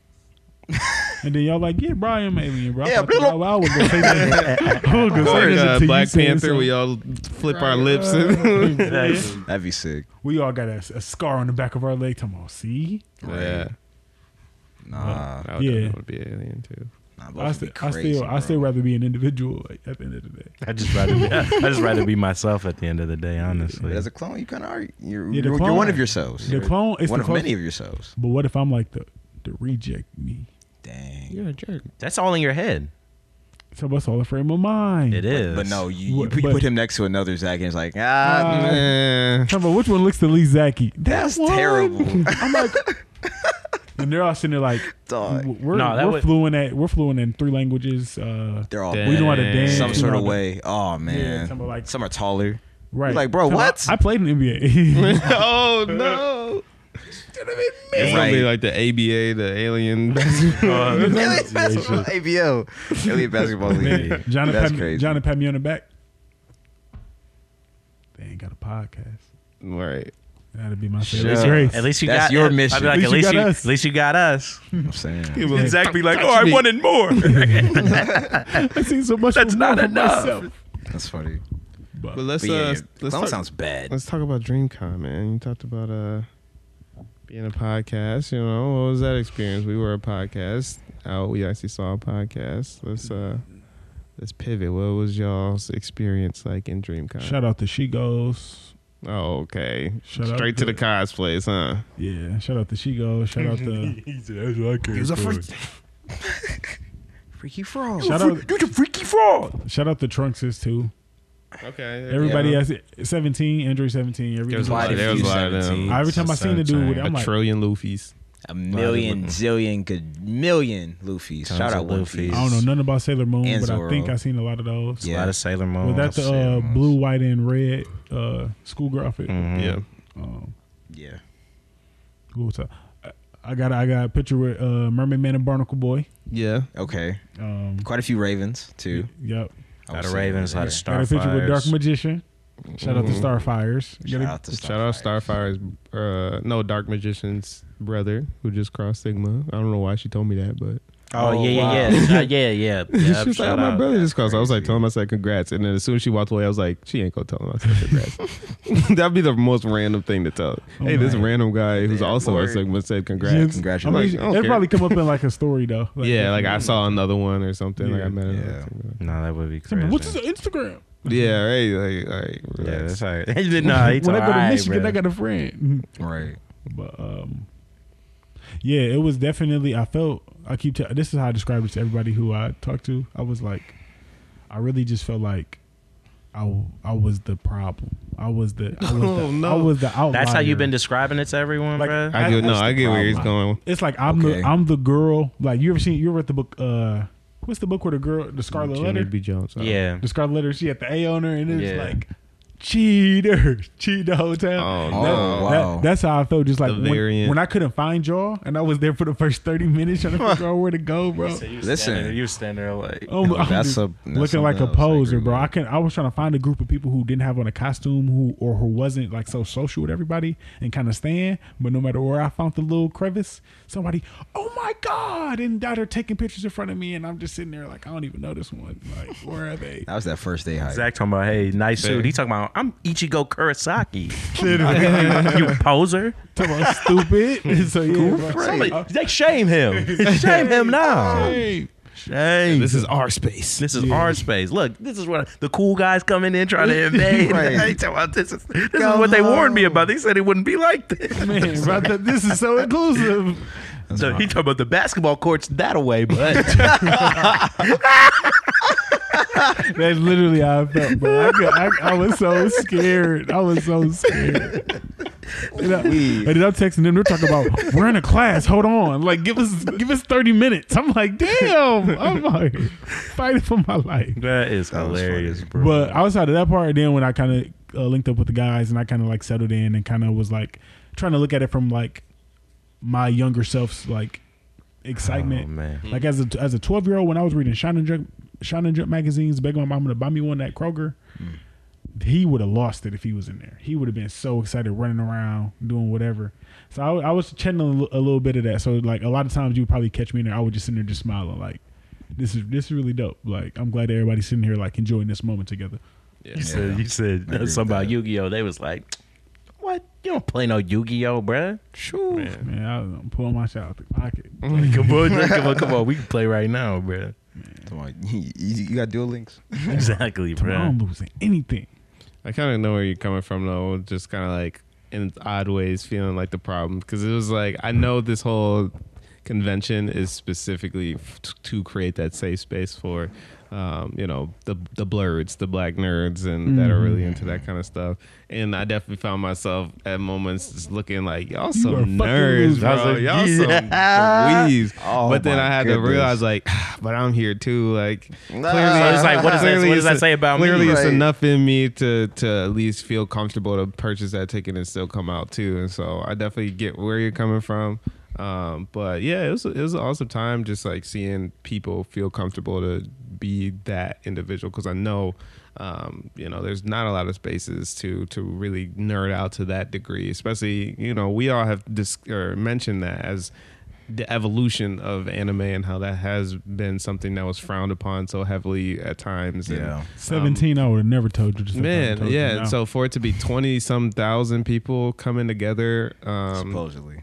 And then y'all like, yeah, bro, I am alien, bro. I
Yeah,
thought that-
bro.
I, was
[LAUGHS]
gonna say that. I was gonna
It's
say
like
this
uh,
until you
Black
said
Panther,
something.
we all flip
Right,
our
[LAUGHS]
lips.
uh,
and
yeah.
That'd be sick.
we all got a, a scar on the back of our leg. Come on, see?
[LAUGHS] yeah,
Nah,
I would
Yeah.
definitely would be an alien too.
nah
I,
both would
st-
be
I
crazy,
still, I
bro.
still rather be an individual like, at the end of the day.
[LAUGHS] I just rather be, I just rather be myself at the end of the day, honestly.
But as a clone, you kind of are. You're,
Yeah, the
you're, you're
clone-
one of yourselves.
The
You're
clone is
one
the
of many of yourselves.
But what if I'm like the the reject me?
Dang.
You're a jerk.
That's all in your head.
So that's all a frame of mind.
It is.
But no, you, you,
What-
put, you
but-
put him next to another Zach, and it's like, ah,
Ah,
nah,
Eh. [LAUGHS]
Talking about which one looks the least Zacky? That
that's
one. [LAUGHS]
terrible. [LAUGHS]
I'm like, and they're all sitting there like,
Dog.
we're,
No, that
we're
would-
fluent at we're fluent in three languages. Uh,
They're all
Damn.
we know how to dance
some
we
sort
know
of
how to-
way. Oh
Yeah,
man,
some are like-
some are taller.
Right?
You're like, bro,
Talking about,
what?
I played in NBA.
oh no! It's gonna be
Right.
like the ABA, the
[LAUGHS]
[LAUGHS]
alien. basketball.
Alien basketball, ABL, alien basketball
Man,
league.
Johnny,
that's
pat me,
crazy.
Johnny pat me on the back. They ain't got a podcast.
right.
That'd be my
Shut
favorite
up.
grace.
At least you
That's
got
your
I'd be
mission.
like, at least you,
got us.
at least you got us.
I'm saying.
And Zach be like,
touch
"Oh, I
me."
wanted [LAUGHS] more."
I seen so much.
That's
for
not
more for
enough.
myself.
That's funny.
But,
But let's
But yeah,
uh,
yeah,
let's
clone
talk,
sounds bad.
let's talk about DreamCon, man. You talked about uh being a podcast. You know, what was that experience? We were a podcast. Out, we actually saw a podcast. Let's uh, let's pivot. What was y'all's experience like in DreamCon?
shout out to She Goes.
Oh, okay.
Shout out
Straight to
to-
the cosplays, huh?
Yeah, shout out to She Goes. Shout out to
[LAUGHS] That's what I care
He's a
for.
freak. Freaky frog.
Shout out-
You're the freaky frog.
shout out to Trunkses too.
Okay.
Everybody
Yeah.
has it. Seventeen, Andrew seventeen. Every,
There's a
Why
lot.
did
There was
you
a lot of them.
17?
every time I seen the dude with it,
a
I'm like,
trillion Luffy's.
A million, zillion, good million Luffy's.
Tons
Shout
of
out One
Luffy's.
Piece.
I don't know nothing about Sailor Moon,
And
but I
Zorro.
think I seen a lot of those.
A
Yeah.
lot of Sailor Moon.
Oh,
Was that the uh,
Sailor Moons.
blue, white, and red uh, school graphic?
Mm-hmm.
Mhm.
Yeah.
Um,
Yeah.
who was that? I- I got I got a picture with uh, Mermaid Man and Barnacle Boy.
Yeah.
Okay.
Um,
Quite a few Ravens too.
Yep.
A
I
lot
would
of
say.
Ravens, a lot of
Yeah.
Got a picture with Dark
Starfires.
Magician. Shout out to
Mhm.
Starfires. Got
Shout
a-
out to
Shout out Starfire's, uh, no, Dark Magician's brother who just crossed Sigma. I don't know why she told me that, but [LAUGHS]
Oh,
Oh,
yeah, yeah,
wow.
yeah, Uh, [LAUGHS] yeah, yeah.
she's
Yep,
she was like,
shout
"Oh, my
out.
brother just crossed. I was like,
Crazy.
tell him I said congrats. And then as soon as she walked away, I was like, she ain't gonna tell him I said congrats. [LAUGHS] That'd be the most random thing to tell.
Oh
hey, this
my.
random guy who's
Yeah,
also a
word.
Sigma said
Yeah,
congrats.
I mean,
Congratulations.
Like, I don't
it'd
care.
probably come up in
[LAUGHS]
like a story though.
yeah, like I saw another one or something. Like
Yeah.
I met
Yeah.
him.
No, that would be crazy.
What's his Instagram?
Yeah, right. Like, like,
Yeah,
relax.
that's all [LAUGHS] right. nah, he
[LAUGHS] when I go
told-
to
all right,
Michigan,
bro.
I got a friend.
Right.
But um, yeah, it was definitely. I felt. I keep. T- this is how I describe it to everybody who I talked to. I was like, I really just felt like, I I was the problem. I was the. I was the,
[LAUGHS] Oh, no.
I was the outlier.
That's how you've been describing it to everyone,
Like,
bro.
I get no,
That's
I
the
get where he's
problem.
going.
It's like I'm
Okay.
the I'm the girl. Like you ever seen? You ever read the book? Uh, what's the book where the girl the Scarlet
Jimmy
Letter?
B. Jones. I-
yeah.
The Scarlet Letter. She had the A on her, and it was
Yeah.
like cheater, [LAUGHS] cheat the whole time.
Oh,
Oh,
That-
no.
that-
wow.
that's how I felt. Just like
The
when,
variant.
when I couldn't find y'all, and I was there for the first thirty minutes trying to figure
[LAUGHS]
out where to go, bro.
Listen. standing-
you standing there like.
Oh, my-
That's
dude,
a- that's
looking like a
something else. I
poser,
agree
bro.
with
I
you.
can. I was trying to find a group of people who didn't have on a costume, who or who wasn't like so social with everybody, and kind of stand. But no matter where I found the little crevice, somebody, oh my god, and out there taking pictures in front of me, and I'm just sitting there like I don't even know this one. Like where are they?
That was that first day hype.
Zach talking about, hey, nice
Fair.
suit. He talking about, I'm Ichigo [LAUGHS] Kurosaki.
[LAUGHS]
[LAUGHS]
you, you poser.
Talking about [LAUGHS] stupid. so yeah, bro.
Somebody, they shame him. [LAUGHS] shame him now.
Hey,
Shame.
This is our space.
This is our space. Look, this is what the cool guys coming in [LAUGHS] trying to invade.
Right.
They talking about this is, this is what they warned me about. They said it wouldn't be like this.
[LAUGHS] man, bro, th- this is so inclusive.
[LAUGHS] So he talking about the basketball courts [LAUGHS] that away, but
That's literally how I felt, bro. I, could- I, I was so scared. I was so scared. And, I, and then I'm texting them. They're talking about we're in a class. Hold on, like give us give us 30 minutes. I'm like, damn. I'm like fighting for my life.
that is
That was
hilarious,
funny.
bro.
But outside of that part, then when I kind of uh, linked up with the guys and I kind of like settled in and kind of was like trying to look at it from like my younger self's like excitement.
Oh, man.
Like as a as a twelve year old, when I was reading Shonen Jump, Shonen Jump magazines, begging my mama to buy me one at Kroger,
Mm.
he would have lost it if he was in there. He would have been so excited running around doing whatever. So I, I was channeling a li- a little bit of that. So like a lot of times you would probably catch me in there. I would just sit there just smiling like, this is this is really dope. Like I'm glad that everybody's sitting here like enjoying this moment together.
You said, you said
agree with
something about
that.
Yu Gi Oh. They was like, "What? You don't play no Yu Gi Oh, bruh? Shoo.
Man, I, am pulling my shit out the pocket.
Mm-hmm.
come on, [LAUGHS] come on, come on. We can play right now, bruh.
Come on, [LAUGHS] you, you got dual links.
Exactly,
I
bruh.
don't losing anything.
I kind of know where you're coming from though. Just kind of like in odd ways feeling like the problem because it was like I know this whole convention is specifically f- to create that safe space for um, you know the the blurs, the black nerds, and that are really into that kind of stuff. And I definitely found myself at moments just looking like y'all
are fucking
some nerds,
losers.
bro. y'all some weeds.
Oh
but then
my
I had to
goodness.
realize like, [SIGHS] but I'm here too. Like
Nah.
clearly,
So it's like,
what does that-
clearly
what does
it's
that say
a-
about me?
Clearly, it's
Right.
enough in me to to at least feel comfortable to purchase that ticket and still come out too. And so I definitely get where you're coming from. Um, but yeah, it was it was an awesome time just like seeing people feel comfortable to be that individual because I know. Um, you know, there's not a lot of spaces to to really nerd out to that degree, especially you know we all have dis- or mentioned that as the evolution of anime and how that has been something that was frowned upon so heavily at times. and,
Yeah.
Seventeen, I would have never told you. Just like I
Um, man,
told you
yeah.
now.
And so for it to be twenty some thousand people coming together, um,
supposedly.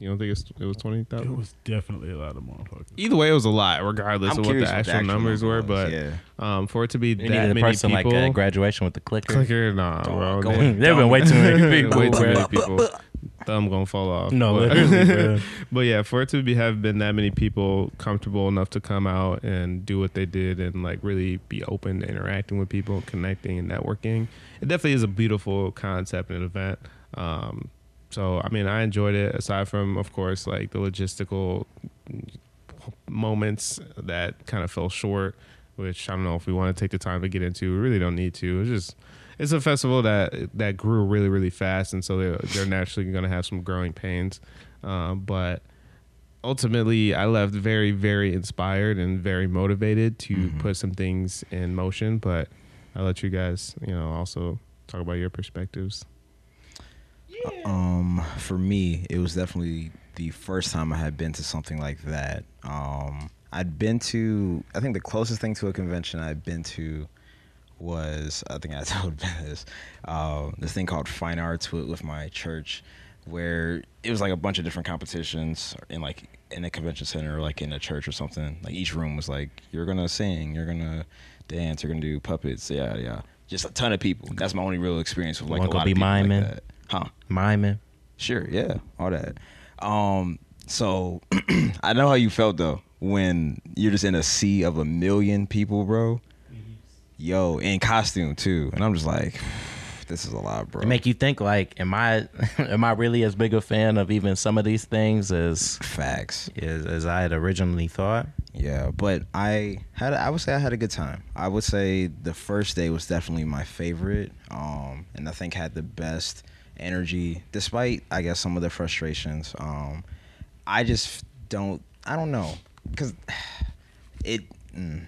you don't think it's, it was twenty
it
thousand?
was definitely a lot of motherfuckers.
Either way, it was a lot, regardless of what the
curious
actual, numbers were.
number was,
But
yeah.
um, for it to be
They
that
needed a
many
person
people,
like at graduation with the clicker.
clicker, nah, bro.
Go
they-
in. There have been way too many people.
Way too
bruh.
many people. Thumb gonna fall off.
No,
But-
literally,
[LAUGHS]
bruh.
But yeah, for it to be, have been that many people comfortable enough to come out and do what they did and like really be open to interacting with people, connecting and networking, it definitely is a beautiful concept and event. Um, so I mean, I enjoyed it. Aside from, of course, like the logistical moments that kind of fell short, which I don't know if we want to take the time to get into. We really don't need to. It's just it's a festival that that grew really really fast, and so they're, they're naturally going to have some growing pains. Um, but ultimately, I left very very inspired and very motivated to
Mm-hmm.
put some things in motion. But I let you guys, you know, also talk about your perspectives.
Um, for me, it was definitely the first time I had been to something like that. Um, I'd been to, I think the closest thing to a convention I'd been to was, I think I [LAUGHS] told Ben this, um, this thing called Fine Arts with, with my church, where it was like a bunch of different competitions in like in a convention center, or like in a church or something. Like each room was like, you're gonna sing, you're gonna dance, you're gonna do puppets, yeah, yeah. Just a ton of people. That's my only real experience with like
Wanna
a
go
lot
be
of people
mine,
like
man?
that. Huh?
Miming.
Sure, yeah, all that. Um, so [CLEARS THROAT] I know how you felt though when you're just in a sea of a million people, bro. Yo, in costume too, and I'm just like, [SIGHS] this is a lot, bro.
It make you think like, am I [LAUGHS] am I really as big a fan of even some of these things as
facts.
as, as I had originally thought?
Yeah, but I had I would say I had a good time. I would say the first day was definitely my favorite. Um and I think had the best energy despite I guess some of the frustrations. Um I just don't I don't know cuz [SIGHS] it mm,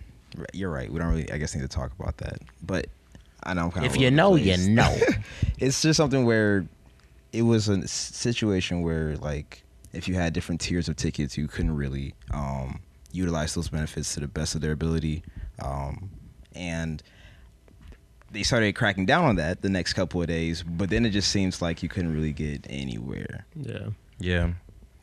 you're right. We don't really I guess need to talk about that. But I know I'm kind
If you know, you know.
it's just something where it was a s- situation where like if you had different tiers of tickets you couldn't really um, utilize those benefits to the best of their ability um, and they started cracking down on that the next couple of days but then it just seems like you couldn't really get anywhere
Yeah.
Yeah.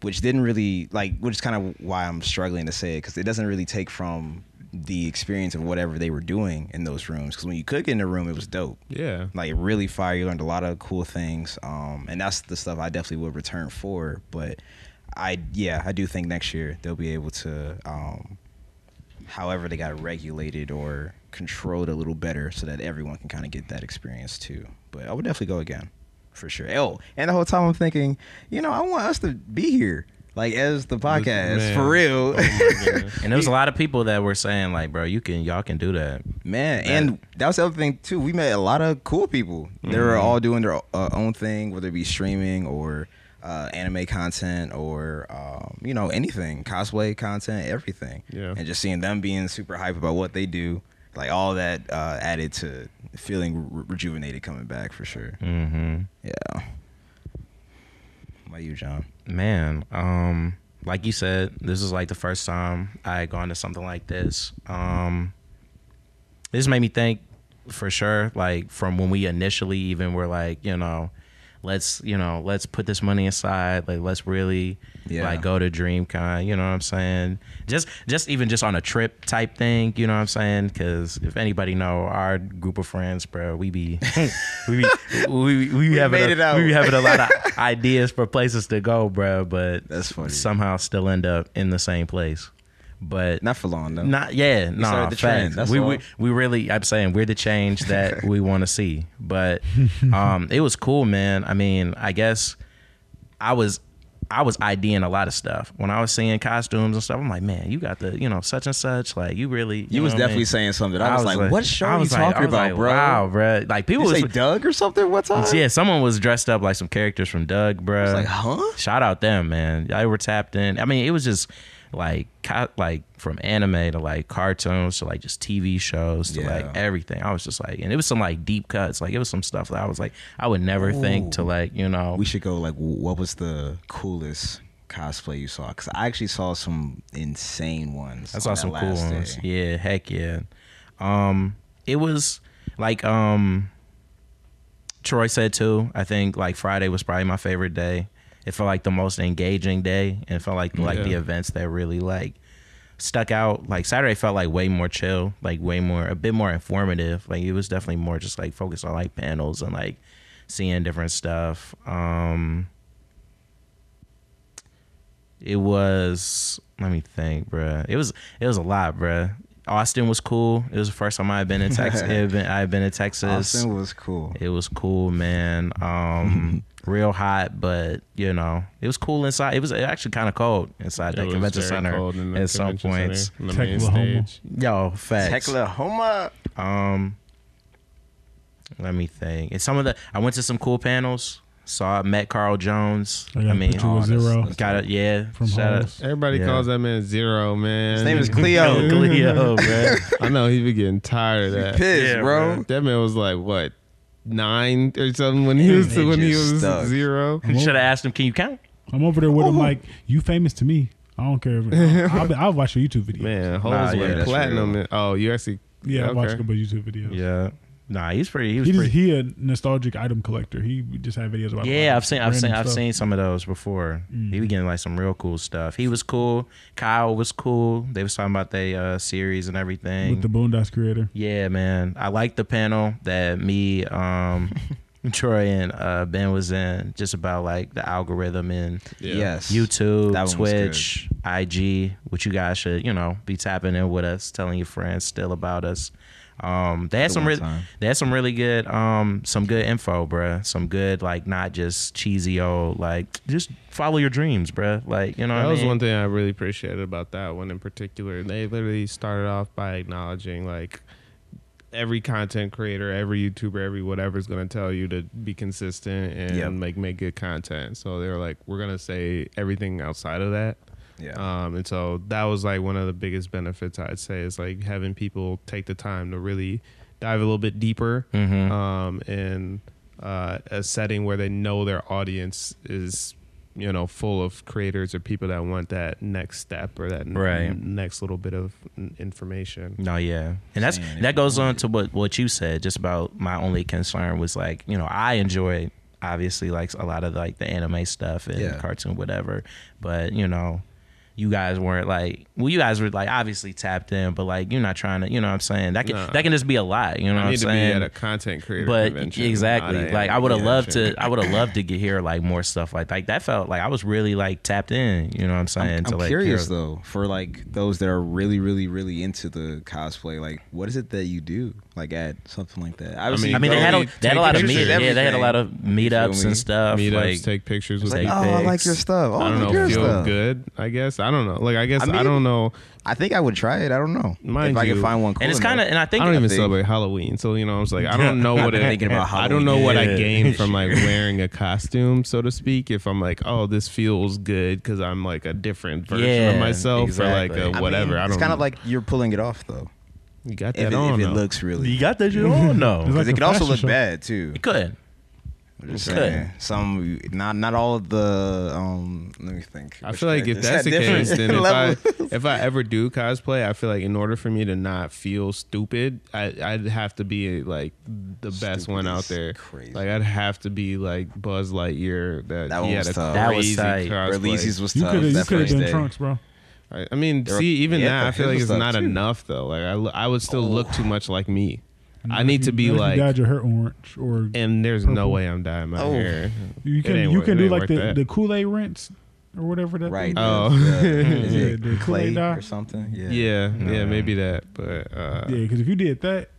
which didn't really like which is kind of why i'm struggling to say it because it doesn't really take from the experience of whatever they were doing in those rooms because when you could get in a room it was dope
Yeah.
like really fire. You learned a lot of cool things, um, and that's the stuff I definitely would return for. But I, yeah, I do think next year they'll be able to, um, however, they got regulated or controlled a little better so that everyone can kind of get that experience too. But I would definitely go again for sure. Oh, and the whole time I'm thinking, you know, I want us to be here. Like as the podcast,
Man.
for real, [LAUGHS]
And there was a lot of people that were saying like, bro, you can y'all can do that.
Man, and that was the other thing too. We met a lot of cool people. They were
Mm-hmm.
all doing their uh, own thing, whether it be streaming or uh, anime content or um, you know anything, cosplay content, everything.
Yeah.
And just seeing them being super hype about what they do, like all that uh, added to feeling re- rejuvenated coming back for sure.
Mm-hmm.
Yeah. How about you, John?
man um like you said this is like the first time i had gone to something like this um this made me think for sure like from when we initially even were like you know let's you know let's put this money aside like let's really
Yeah.
like go to dreamcon you know what i'm saying just just even just on a trip type thing you know what i'm saying because if anybody know our group of friends bro we be [LAUGHS] we be we, we, we, having
made
a-
it out.
we be having a lot of ideas for places to go bro but
That's funny.
somehow still end up in the same place but
Not for long though.
not yeah, no.
started the trend, that's
we,
all.
we we really I'm saying we're the
[LAUGHS]
change that we want to see. But um it was cool, man. I mean, I guess I was I was IDing a lot of stuff. When I was seeing costumes and stuff, I'm like, man, you got the, you know, such and such. Like you really
you
know
was
what I mean?
definitely saying something. I, was, like, "What show
I
are you
was like- I
talking
was
about,
like,
bro?"
Wow, bro. Like people
You
was
say Doug or something? What time?
yeah, someone was dressed up like some characters from Doug, bro.
like, [SIGHS] huh?
Shout out them, man. They were tapped in. I mean, it was just like co- like from anime to like cartoons to like just TV shows to
Yeah.
like everything. I was just like, and it was some like deep cuts. Like it was some stuff that I was like, I would never
Ooh.
think to like you know.
we should go like w- what was the coolest cosplay you saw because i actually saw some insane ones
I saw
on that
some cool
last
ones.
day.
Yeah, heck yeah. Um, it was like um, Troy said too. I think like Friday was probably my favorite day. It felt like the most engaging day, and it felt like like the
Yeah.
events that really like stuck out. Like Saturday felt like way more chill, like way more a bit more informative. Like it was definitely more just like focused on like panels and like seeing different stuff. Um, it was let me think, bruh. It was it was a lot, bruh. Austin was cool. It was the first time I had been in Texas. I had been, I had been in Texas.
austin was cool
It was cool, man.
[LAUGHS]
Um, real hot, but you know, it was cool inside. It was actually kind of cold inside
It
that
was
convention
very
center
cold in the
at some
convention
points.
center, in the
Tech
main
Oklahoma.
stage.
Yo, facts.
Oklahoma.
Um, let me think. And some of the I went to some cool panels. Saw met Carl Jones.
Oh,
I gotta
I mean,
put you a
that's-
zero
that's-
got it. Yeah,
from
shout out-
home.
[LAUGHS]
Everybody
Yeah.
calls that man Zero, man.
[LAUGHS]
His
[LAUGHS]
name is
Yo,
Cleo.
Oh, Cleo, bro.
I know he be getting tired of that.
Pissed,
Yeah,
bro.
bro.
That man was like what nine or something when he was
It
when he
just
was
stuck.
zero.
You should have asked him. Can you count?
I'm over there with
Oh.
him like, you famous to me. I don't care.
[LAUGHS]
If, I'll, be- I'll watch your YouTube video.
Man, hoes
Nah, yeah,
went
that's
platinum.
real.
And, oh, you actually
yeah, I watch a
okay.
couple YouTube videos.
Yeah. Nah, he's pretty. He was
He just,
pretty.
he a nostalgic item collector. He just had videos about
Yeah, I've seen, I've
random
seen, I've
stuff. Mm.
seen some of those before. He was getting like some real cool stuff. He was cool. Kyle was cool. They was talking about their uh, series and everything.
with the Boondocks creator.
yeah, man, I like the panel that me,
[LAUGHS]
um, Troy, and uh, Ben was in, just about like the algorithm and
Yeah.
yes
YouTube,
That one was good.
Twitch, IG, which you guys should, you know, be tapping in with us, telling your friends still about us. Um, they had
The
some
one
really,
time.
they had some really good, um, some good info, bruh. Some good, like not just cheesy old, like just follow your dreams, bruh. Like you know,
That
what I
was
mean?
one thing I really appreciated about that one in particular. They literally started off by acknowledging like every content creator, every YouTuber, every whatever is going to tell you to be consistent and
Yep.
make make good content. So they're like, we're going to say everything outside of that.
yeah
Um, and so that was like one of the biggest benefits I'd say is like having people take the time to really dive a little bit deeper
Mhm.
um, in uh, a setting where they know their audience is you know full of creators or people that want that next step or that n-
Right.
next little bit of n- information.
No, yeah, and that's
Saying if
that
you
goes
want
on
it.
to what what you said. Just about my only concern was like, you know, I enjoy obviously like a lot of like the anime stuff and
Yeah.
cartoon whatever, but you know, you guys weren't like, well, you guys were like obviously tapped in, but like you're not trying to, you know, what I'm saying that can
Nah.
that can just be a lot, you know,
I
what I'm
need to
saying.
be at a content creator
but
convention, not
exactly,
an
like I
anime
would have loved
convention.
to, I would have loved to get here like more stuff like like that felt like I was really like tapped in, you know what I'm saying?
i'm,
to,
I'm
like,
curious
hear-
though for like those that are really really really into the cosplay like what is it that you do like at something like that Obviously,
I mean, they
you
had
go,
a,
Take
they had a lot of
pictures
meet,
of
yeah, they had a
everything.
lot of
feel
meetups
me?
and stuff.
meetups,
like,
take pictures with
like,
Take
oh i like your
pics.
stuff oh,
I don't
like
know,
your
feel
stuff.
good. I guess I don't know. Like I guess
I
I,
mean-
don't know.
i think i would try it i don't know
Mind
if i
you-
could find one cool
and it's
enough.
kind of, and I think
I don't even
think-
celebrate Halloween, so you know, I was like, I don't know
[LAUGHS]
what it,
Thinking about
I don't know
Halloween.
what I
Yeah.
gain from
[LAUGHS]
like wearing a costume, so to speak. If I'm like, oh, this feels good because I'm like a different version
Yeah,
of myself or
exactly. I
like
mean,
a whatever. I,
mean,
don't.
it's kind of like you're pulling it off though
You got that
If it,
on.
if it
though.
looks really,
You got that shit
[LAUGHS]
on?
It's
No.
like
because
a
it could also
fashion
look
show.
bad too.
It could.
I'm just
It could.
saying. Some, not not all of the. Um, let me think.
I
Which
feel like
[LAUGHS]
if
characters
that's the
had different
case, then if I,
levels.
if I ever do cosplay, I feel like in order for me to not feel stupid, I, I'd have to be like the best
Stupid
one out
is
there.
crazy.
Like I'd have have to be like Buzz Lightyear. That,
That
he
one
had
was
a
tough.
That was
crazy
tight.
cosplay.
Releases was
You
tough.
could have you
that
could have
first
been
day.
Trunks, bro.
I, I mean,
There were-
see, even
yeah,
now I
his
feel like
was
it's
tough,
not
too. Oh.
enough though. Like I, lo- I would still look too much like me. I need to be
If you dyed
like,
your hair orange, or
and there's no
purple.
way I'm dying my
Oh.
hair.
you
ain't
can you
wor-
can
it
do
ain't
like
worth
the,
that.
the Kool Aid rinse or whatever that
Right.
thing
Oh.
is
[LAUGHS]
it-
Yeah,
is
the
it clay
Kool-Aid dye.
or something? Yeah.
Yeah, yeah,
Nah.
maybe that. But uh,
Yeah, because if you did that,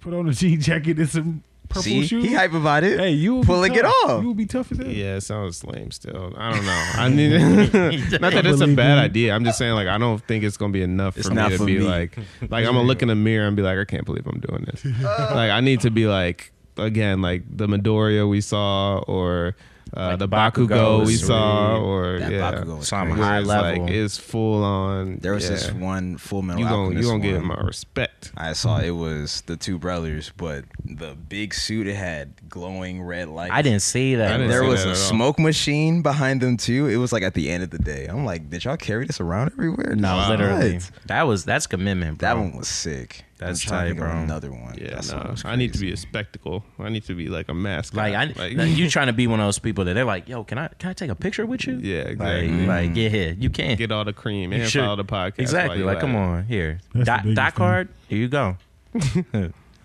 put on a jean [LAUGHS] jacket and some purple
See,
shoes.
he hype about it.
hey, you would be
pulling it
tough.
off.
You would be tough as hell.
Yeah, it sounds lame still. I don't know.
[LAUGHS]
I [LAUGHS] mean, not that it's a
Believe
bad
me.
idea. I'm just saying, like, I don't think it's gonna be enough
It's
for me
not
to
for
be
me. [LAUGHS]
like, like I'm gonna look in the mirror and be like, I can't believe I'm doing this. like, I need to be like, again, like the Midoriya we saw, or uh,
Like
the
Bakugo
Bakugo, we
was
saw,
sweet.
or
That
yeah,
Bakugo was
Some
crazy.
high
where it's like
level.
it's full on.
There was
yeah.
this one Full Metal
You gonna you
Alchemist
gonna get
one.
my respect.
I saw it was the two brothers, but the big suit it had glowing red light.
I didn't see that.
I didn't
There
see
was
that
a
at all.
smoke machine behind them too. It was like at the end of the day. I'm like, did y'all carry this around everywhere?
No,
What?
literally. That was that's commitment, bro.
That one was sick. I'm
That's
trying to
tight,
think of
bro.
Another one.
Yeah,
That song
no,
was
I need to be
crazy.
a spectacle. I need to be like a mascot.
Like, I,
[LAUGHS]
you trying to be one of those people that they're like, yo, can I can I take a picture with you?
yeah, exactly.
Like, like yeah, yeah, you can.
get all the cream
You
and
should.
follow the podcast. while
Exactly.
you
Like,
at
come
it.
on, here,
That's the
dot,
biggest
dot
thing.
card. Here you go.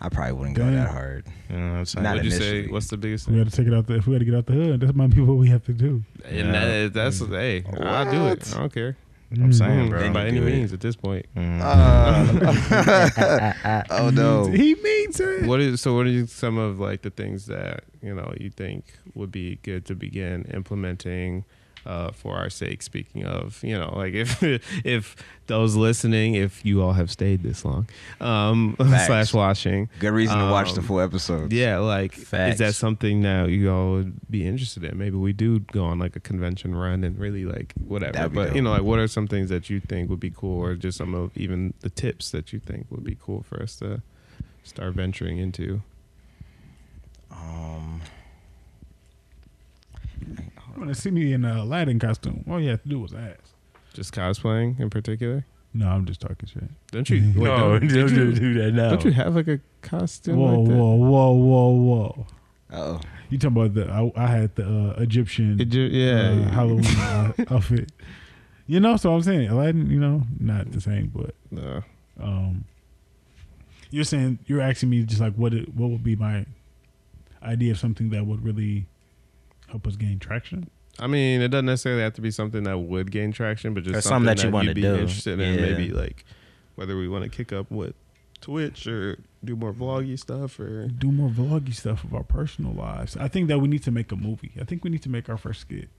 I probably wouldn't go
Dang.
that hard.
You know what I'm saying?
Not
What'd you say?
initially.
What's the biggest
We
thing?
had to take it out. The, if we had to get out the hood, that might be [LAUGHS] what we have to do.
And that, that's hey, I'll do it. I don't care. Mm,
I'm saying, bro.
Then
Mm-hmm. By
you
any
do it.
means, at this point. Mm.
Uh, oh no.
He means it.
What is so? What are some of like the things that you know you think would be good to begin implementing? Uh, for our sake, speaking of, you know, like if [LAUGHS] if those listening, if you all have stayed this long, um, [LAUGHS]
Facts.
slash watching,
Good reason to watch the
Um,
full episode.
Yeah, like is that
Facts.
something that you all would be interested in? Maybe we do go on like a convention run and really like whatever.
That'd be
But you
dope.
know, like what are some things that you think would be cool, or just some of even the tips that you think would be cool for us to start venturing into?
Um,
You want to see me in a Aladdin costume? All you have to do was ask.
Just cosplaying in particular.
No, I'm just talking shit. [LAUGHS]
Don't you? wait, don't, did you,
that now.
don't you have like a costume?
whoa,
like that?
whoa, whoa, whoa, whoa!
oh,
You talking about the? I, I had the uh, Egyptian
Did you-
uh,
yeah.
Halloween uh, outfit. You know, so I'm saying Aladdin. You know, not the same, but
no.
um, you're saying you're asking me just like what it, what would be my idea of something that would really help us gain traction.
I mean, it doesn't necessarily have to be something that would gain traction, but just
Or something
something,
that you wanna
would be
do.
interested in.
Yeah.
Maybe like whether we want to kick up with Twitch or do more vloggy stuff or
Do more vloggy stuff of our personal lives. I think that we need to make a movie. I think we need to make our first skit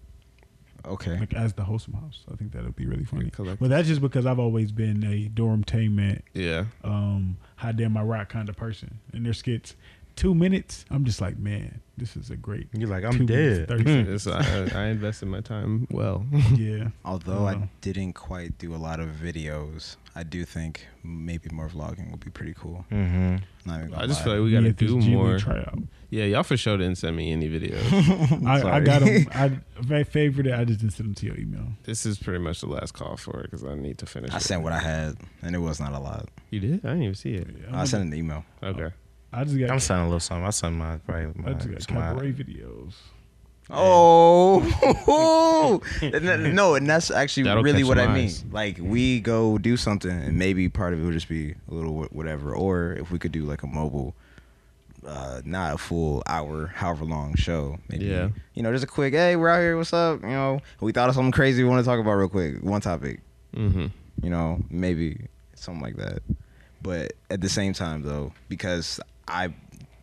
okay.
like as the host of house. I think that would be really funny.
collect.
But that's just because I've always been a dormtainment,
Yeah,
um, high damn my rock kind of person. And their skits, two minutes, I'm just like, man, this is a great.
You're like,
two
I'm
minutes,
dead. [LAUGHS]
30 seconds.
Hmm. It's- I, I invested my time well. [LAUGHS]
[LAUGHS]
yeah.
Although I
Wow.
didn't quite do a lot of videos, I do think maybe more vlogging would be pretty cool.
Mm-hmm.
Not even
I
gonna
just
lie.
feel like we got to
Yeah, this
do
G League
[LAUGHS]
more.
Tryout.
Yeah, y'all for sure didn't send me any videos.
I, I
Sorry.
got them. [LAUGHS] I my favorite. I just didn't send them to your email.
this is pretty much the last call for it because I need to finish.
I
it.
sent what I had, and it was not a lot.
You did? I didn't even see it.
Yeah,
Mm-hmm.
I sent an email.
Okay.
I just got.
I'm sounding a little something. I send my probably
I
my,
just got
my-
cabaret videos.
Oh [LAUGHS] And then- no, and that's actually
That'll
really
catch
what
some
I mean.
eyes.
Like we go do something, and maybe part of it would just be a little wh- whatever, or if we could do like a mobile, uh, not a full hour, however long show. Maybe
Yeah.
you know, just a quick, hey, we're out here, what's up? You know, we thought of something crazy we want to talk about real quick, one topic.
Oh.
Mm-hmm.
You know, maybe something like that. But at the same time, though, because I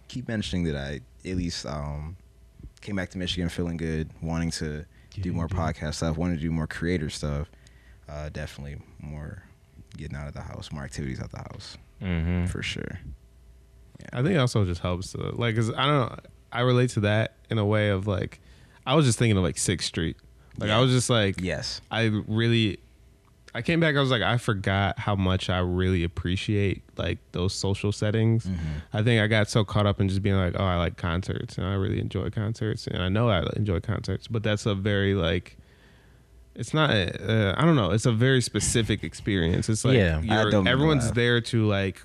keep mentioning that I at least um, came back to Michigan feeling good, wanting to
Yeah,
do more
you did.
podcast stuff, wanting to do more creator stuff. Uh, definitely more getting out of the house, more activities at the house
Mm.
Mhm.
for sure.
I think it also just helps to like, cause I don't know, I relate to that in a way of like, I was just thinking of like Sixth Street. Like I
Yeah.
was just like,
Yes,
I really I came back. I was like, I forgot how much I really appreciate like those social settings. I think I got so caught up in just being like, oh, I like concerts and I really enjoy concerts and I know I enjoy concerts, but that's a very like, it's not. Uh, I don't know. It's a very specific experience. It's like
Yeah. I
you're-
don't
everyone's
laugh.
there to like.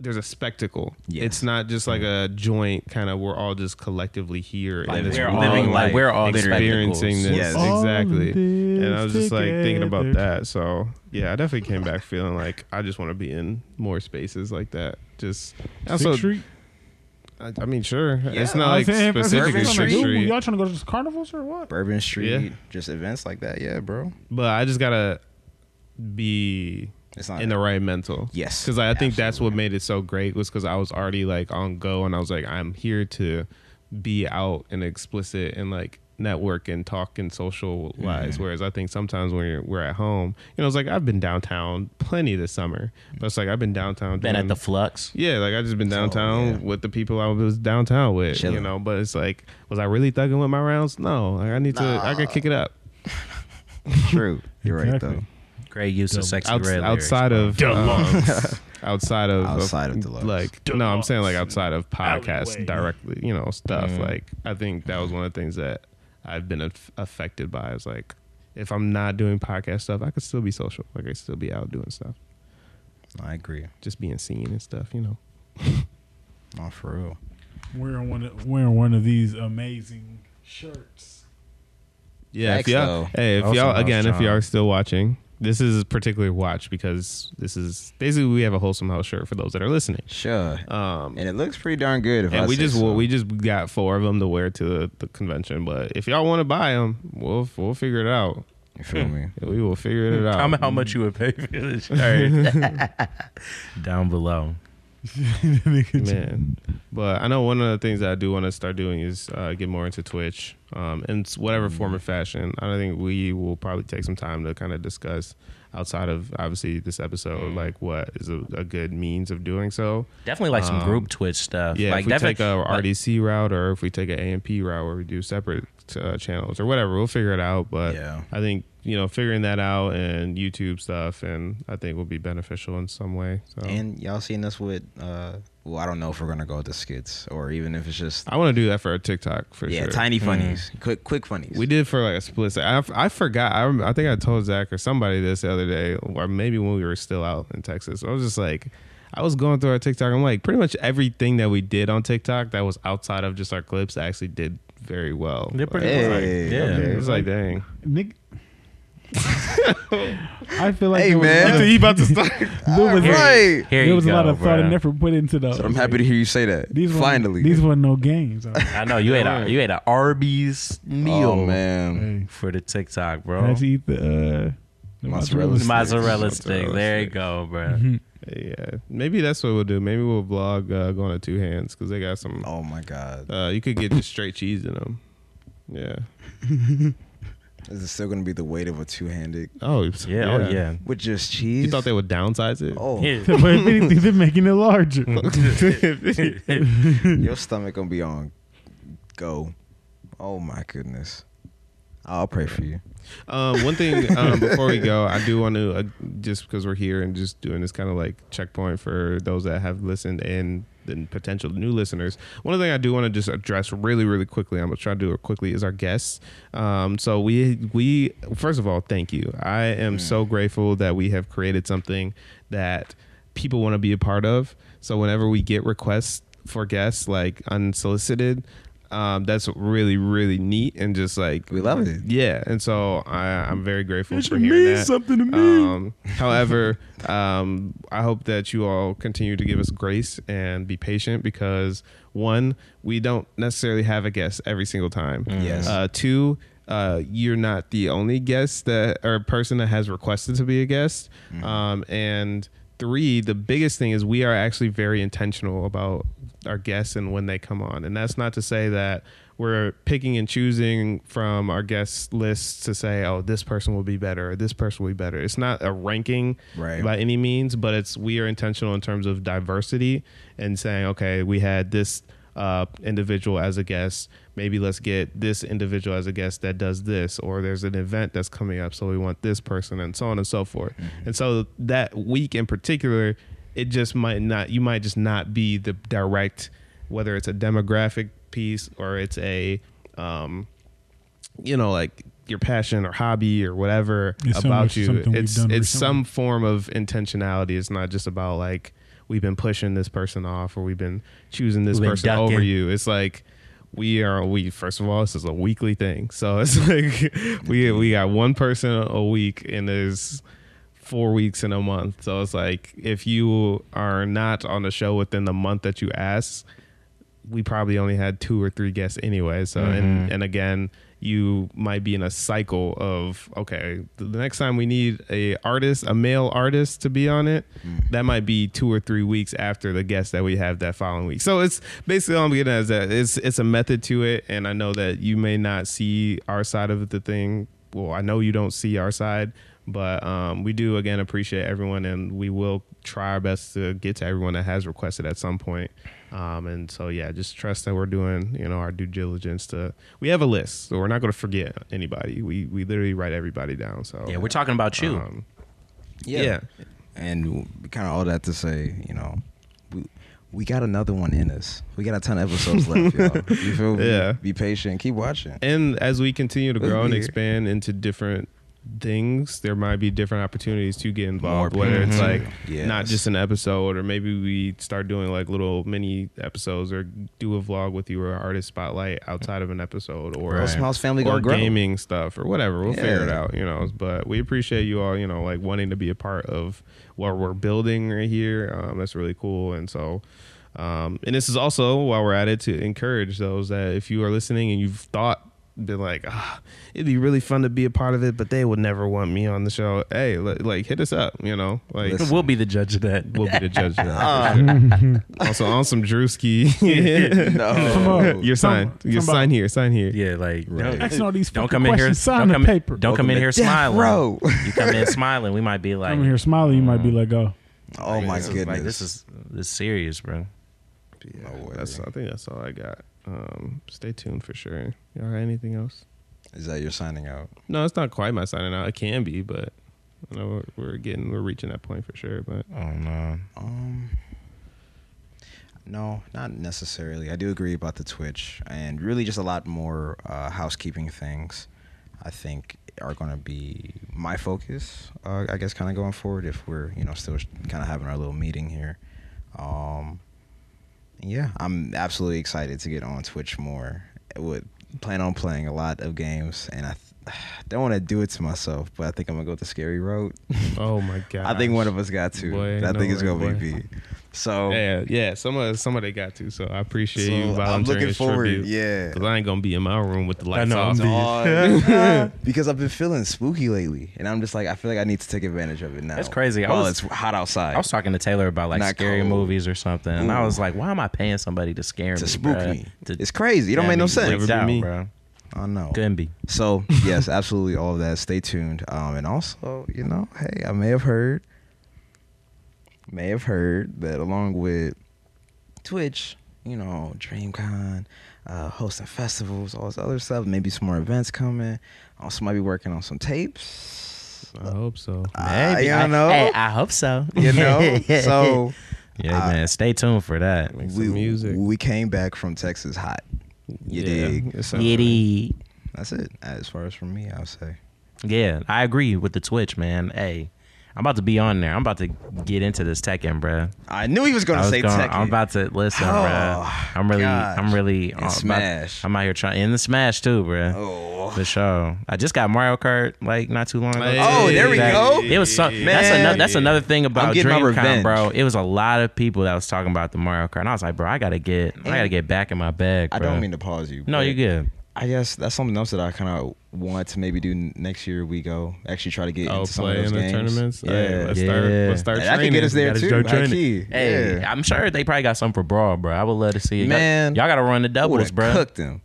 There's a spectacle.
Yes.
It's not just like a joint kind of. We're all just collectively here
Like,
in this
we're
room
all,
living
like
life,
we're all
experiencing this
spectacles.
Yes.
All of
exactly
this
and i was just like thinking about
together.
that so yeah i definitely came back feeling like i just want to be in more spaces like that just also
Sixth Street.
I, I mean sure it's
Yeah.
not
I
like
was saying, first thing
specifically
I'm
Sixth
like, "Dude,
street
Y'all trying to go to these carnivals or what?
Bourbon Street,
Yeah.
just events like that.
[LAUGHS]
Yeah, bro.
but i just gotta be
It's not
in the right mental
Yes,
because i think that's what made it so great was because i was already like on go and i was like i'm here to be out and explicit and like network and talk and socialize
Mm-hmm.
whereas i think sometimes when you're, we're at home you know it's like i've been downtown plenty this summer but it's like i've been downtown
Been at
doing-
the flux.
yeah, like I just been downtown
Oh, yeah.
with the people I was downtown with, you
Chilling.
know. But it's like, was I really thugging with my rounds? No, like I need to, I gotta kick it up
True. You're right
Exactly.
Great use of sexy
Outs-
red lyrics.
outside of, um, outside of,
Outside of Deluxe.
like no, I'm saying like outside of podcasts
Alleyway.
directly, you know, stuff. Like I think that was one of the things that I've been aff affected by. Is like if I'm not doing podcast stuff, I could still be social. Like I could still be out doing stuff,
though. I agree.
just being seen and stuff, you know.
Not for real.
Wearing one of, wearing one of these amazing shirts.
Yeah, if
Facts,
y'all,
though.
hey, if
Also
y'all
knows
again, if
John.
y'all are still watching, this is particularly watch because this is basically we have a wholesome house shirt for those that are listening.
Sure.
Um,
And it looks pretty darn good. If I
and we
say
just
so.
we just got four of them to wear to the, the convention. But if y'all want to buy them, we'll we'll figure it out.
You feel
Hmm.
me?
We will figure
[LAUGHS]
it out.
Tell me how much you would pay for this shirt. [LAUGHS] Down below.
man. But I know one of the things that I do want to start doing is uh, get more into Twitch, um, in s- whatever form or fashion. I think we will probably take some time to kind of discuss outside of obviously this episode, like what is a, a good means of doing so.
Definitely like some group Twitch stuff.
Um, Yeah,
like
if we
definitely
take a RDC route or if we take an AMP route where we do separate uh, channels or whatever, we'll figure it out. But
Yeah.
I think you know figuring that out and YouTube stuff, and I think will be beneficial in some way. So.
And y'all seen us with uh well, I don't know if we're gonna go with the skits or even if it's just
I want to do that for a TikTok for
yeah,
sure.
Hmm.
tiny funnies. Quick quick funnies.
We did for like a split second. I, f- I forgot. I, rem- I think I told Zach or somebody this the other day, or maybe when we were still out in Texas. I was just like, I was going through our TikTok. I'm like, pretty much everything that we did on TikTok that was outside of just our clips actually did very well.
They're pretty
Like, it was
Hey,
like-
yeah.
It was like, dang.
Nick. [LAUGHS] I feel like
Hey,
there was-
man.
[LAUGHS]
He about to start.
there was,
All right.
Here
there
you
was
go,
a lot of thought and
bruh.
effort put into those.
So I'm happy to hear you say that.
These weren't-
Finally.
these weren't no games. I-
[LAUGHS]
I know you ate a you ate a Arby's meal
oh man.
hey,
for the TikTok,
I
bro.
had to eat the, uh, the
Mozzarella
mozzarella.
sticks.
Mozzarella
Mozzarella
stick. There you
sticks.
go, bro.
Mm-hmm. Yeah. Maybe that's what we'll do. Maybe we'll vlog uh, going to two hands because they got some.
oh my god.
Uh, you could get just straight cheese in them. Yeah.
Is it still gonna be the weight of a two handed
Oh,
Yeah, oh yeah.
with just cheese?
You thought they would downsize it?
Oh
Yeah.
[LAUGHS] but if anything, they're making it
[LAUGHS]
larger.
your stomach gonna be on go. Oh my goodness. I'll pray for you.
Um, one thing um, before we go, I do want to uh, just because we're here and just doing this kind of like checkpoint for those that have listened and then potential new listeners. One thing I do want to just address really, really quickly. I'm gonna try to do it quickly. Is our guests. Um, so we we first of all, thank you. I am
Mm.
so grateful that we have created something that people want to be a part of. So whenever we get requests for guests like unsolicited. Um, that's really really neat and just like
We love it.
yeah, and so I, I'm very grateful
It
for
should
hearing
mean
that.
something to me.
Um, however, um, I hope that you all continue to give us grace and be patient because one, we don't necessarily have a guest every single time.
Yes.
Uh, two, uh, you're not the only guest that or person that has requested to be a guest. Um, and three, the biggest thing is we are actually very intentional about our guests and when they come on. And that's not to say that we're picking and choosing from our guest list to say, oh, this person will be better or this person will be better. It's not a ranking
Right.
by any means, but it's we are intentional in terms of diversity and saying, okay, we had this uh, individual as a guest. Maybe let's get this individual as a guest that does this, or there's an event that's coming up, so we want this person, and so on and so forth. And so that week in particular, it just might not. You might just not be the direct, whether it's a demographic piece or it's a um, you know like your passion or hobby or whatever
It's so
about
much
you
something we've
it's
done
it's
recently.
some form of intentionality it's not just about like we've been pushing this person off or we've been choosing this
We've been
person
ducking.
over you it's like we are we first of all this is a weekly thing so [LAUGHS] it's like we we got one person a week and there's four weeks in a month so it's like if you are not on the show within the month that you asked we probably only had two or three guests anyway. So and and again, you might be in a cycle of okay, th- the next time we need a artist, a male artist to be on it, that might be two or three weeks after the guest that we have that following week. So it's basically all I'm getting at is that it's it's a method to it, and I know that you may not see our side of the thing. Well, I know you don't see our side, but um, we do again appreciate everyone, and we will try our best to get to everyone that has requested at some point. Um, and so, yeah, just trust that we're doing, you know, our due diligence. To we have a list, so we're not going to forget anybody. We we literally write everybody down. So
Yeah, we're talking about you.
Um,
Yeah.
Yeah.
And kind of all that to say, you know, we we got another one in us. We got a ton of episodes
[LAUGHS]
left, y'all. You feel me?
Yeah.
Be patient. Keep watching.
and as we continue to
Let's
grow
be
and
here.
expand into different things there might be different opportunities to get involved
More
whether it's
people
like
too. Yes.
not just an episode or maybe we start doing like little mini episodes or do a vlog with you or an artist spotlight outside of an episode or
Right. Smiles family
or
gonna grow.
gaming stuff or whatever we'll
Yeah.
figure it out you know but we appreciate you all you know like wanting to be a part of what we're building right here um, that's really cool and so um, and this is also while we're at it to encourage those that if you are listening and you've thought been like ah, it'd be really fun to be a part of it but they would never want me on the show hey li- like hit us up you know like
Listen.
We'll be the judge of that. Uh,
we'll be the judge
[LAUGHS]
of that for sure. [LAUGHS] also on some drewski
Come on.
[LAUGHS] you're signed
Somebody-
you sign here sign here
Yeah, like
Right.
don't,
Asking all these
don't
fucking
come in here.
questions, sign
Don't
the
come in,
paper.
don't come in
Welcome
here
to death
smiling.
row.
You come in [LAUGHS] smiling, we might be like,
Come here smiling, you might be let go.
Oh my
this is
goodness. Oh,
like, this is this is serious, bro.
No way.
That's I think that's all I got. Um, stay tuned for sure. Y'all got anything else?
Is that your signing out?
No, it's not quite my signing out. It can be, but you know we're, we're getting we're reaching that point for sure. But
Oh no.
Um, no, not necessarily. I do agree about the Twitch and really just a lot more uh, housekeeping things. I think are going to be my focus. Uh, I guess kind of going forward if we're you know still kind of having our little meeting here. Um, yeah, I'm absolutely excited to get on Twitch more. I would plan on playing a lot of games, and I th- [SIGHS] don't want to do it to myself, but I think I'm gonna go the scary road.
oh my
[LAUGHS]
god,
I think one of us got to.
Boy,
And I
no
think it's
way,
gonna be
boy.
B.
[LAUGHS]
So [LAUGHS]
Yeah, yeah. Some of somebody got to. So I appreciate
So,
you.
I'm
volunteering
looking
this
forward,
tribute,
yeah.
'cause I ain't gonna be in my room with the lights
know, I'm
off.
dead. [LAUGHS]
dog, because I've been feeling spooky lately, and I'm just like I feel like I need to take advantage of it now.
That's crazy. I
While
was-
it's hot outside
I was talking to Taylor about like
Not
scary
cold.
movies or something, and I
Ooh.
was like, "Why am I paying somebody to scare me?
to spook
bruh?
me.
To-
it's crazy. It don't
Yeah,
make no
me
sense.
freaked
Never
out,
be me.
bro.
I know.
Couldn't be.
So yes, absolutely, all of that. Stay tuned, um, and also you know, hey, I may have heard, may have heard that along with Twitch, you know, DreamCon, uh, hosting festivals, all this other stuff, maybe some more events coming. Also, might be working on some tapes.
I hope so.
Uh,
Maybe.
you
I-
know,
Hey, I hope so. [LAUGHS]
you
[LAUGHS]
know. So
yeah, man. Stay tuned for that.
Make some
we
music.
we came back from Texas hot. You dig?
it's all right.
Yiddy.
That's it. As far as from me, I'll say.
Yeah, I agree with the Twitch, man. Hey, I'm about to be on there. I'm about to get into this Tekken, bruh.
I knew he was going
I
to
was
say
gonna-
Tekken.
I'm about to listen,
Oh,
bruh. I'm really, I'm
gosh.
really uh,
And
about-
Smash.
I'm out here trying in the Smash too, bruh.
Oh.
For sure. I just got Mario Kart like not too long ago.
Hey.
Oh, there we
That-
go.
It was so, that's
Man.
another that's another thing about
getting my
DreamCon,
revenge.
bro. It was a lot of people that was talking about the Mario Kart, and I was like, bro, I gotta get, I gotta get back in my bag.
I
bruh.
don't mean to pause you.
No,
but
you're good.
I guess that's something else that I kind of want to maybe do n- next year. We go actually try to get
Oh,
into some of
play
those
in the
games.
tournaments.
Yeah,
Hey, let's
Yeah.
start. Let's start.
Hey, that could get us
training.
there
Gotta
too.
start
low
training.
key.
Hey,
yeah.
I'm sure they probably got something for broad, bro. I would love to see it. Y'all-
Man.
y'all, gotta run the doubles,
would've
bro. Y'all
cooked them.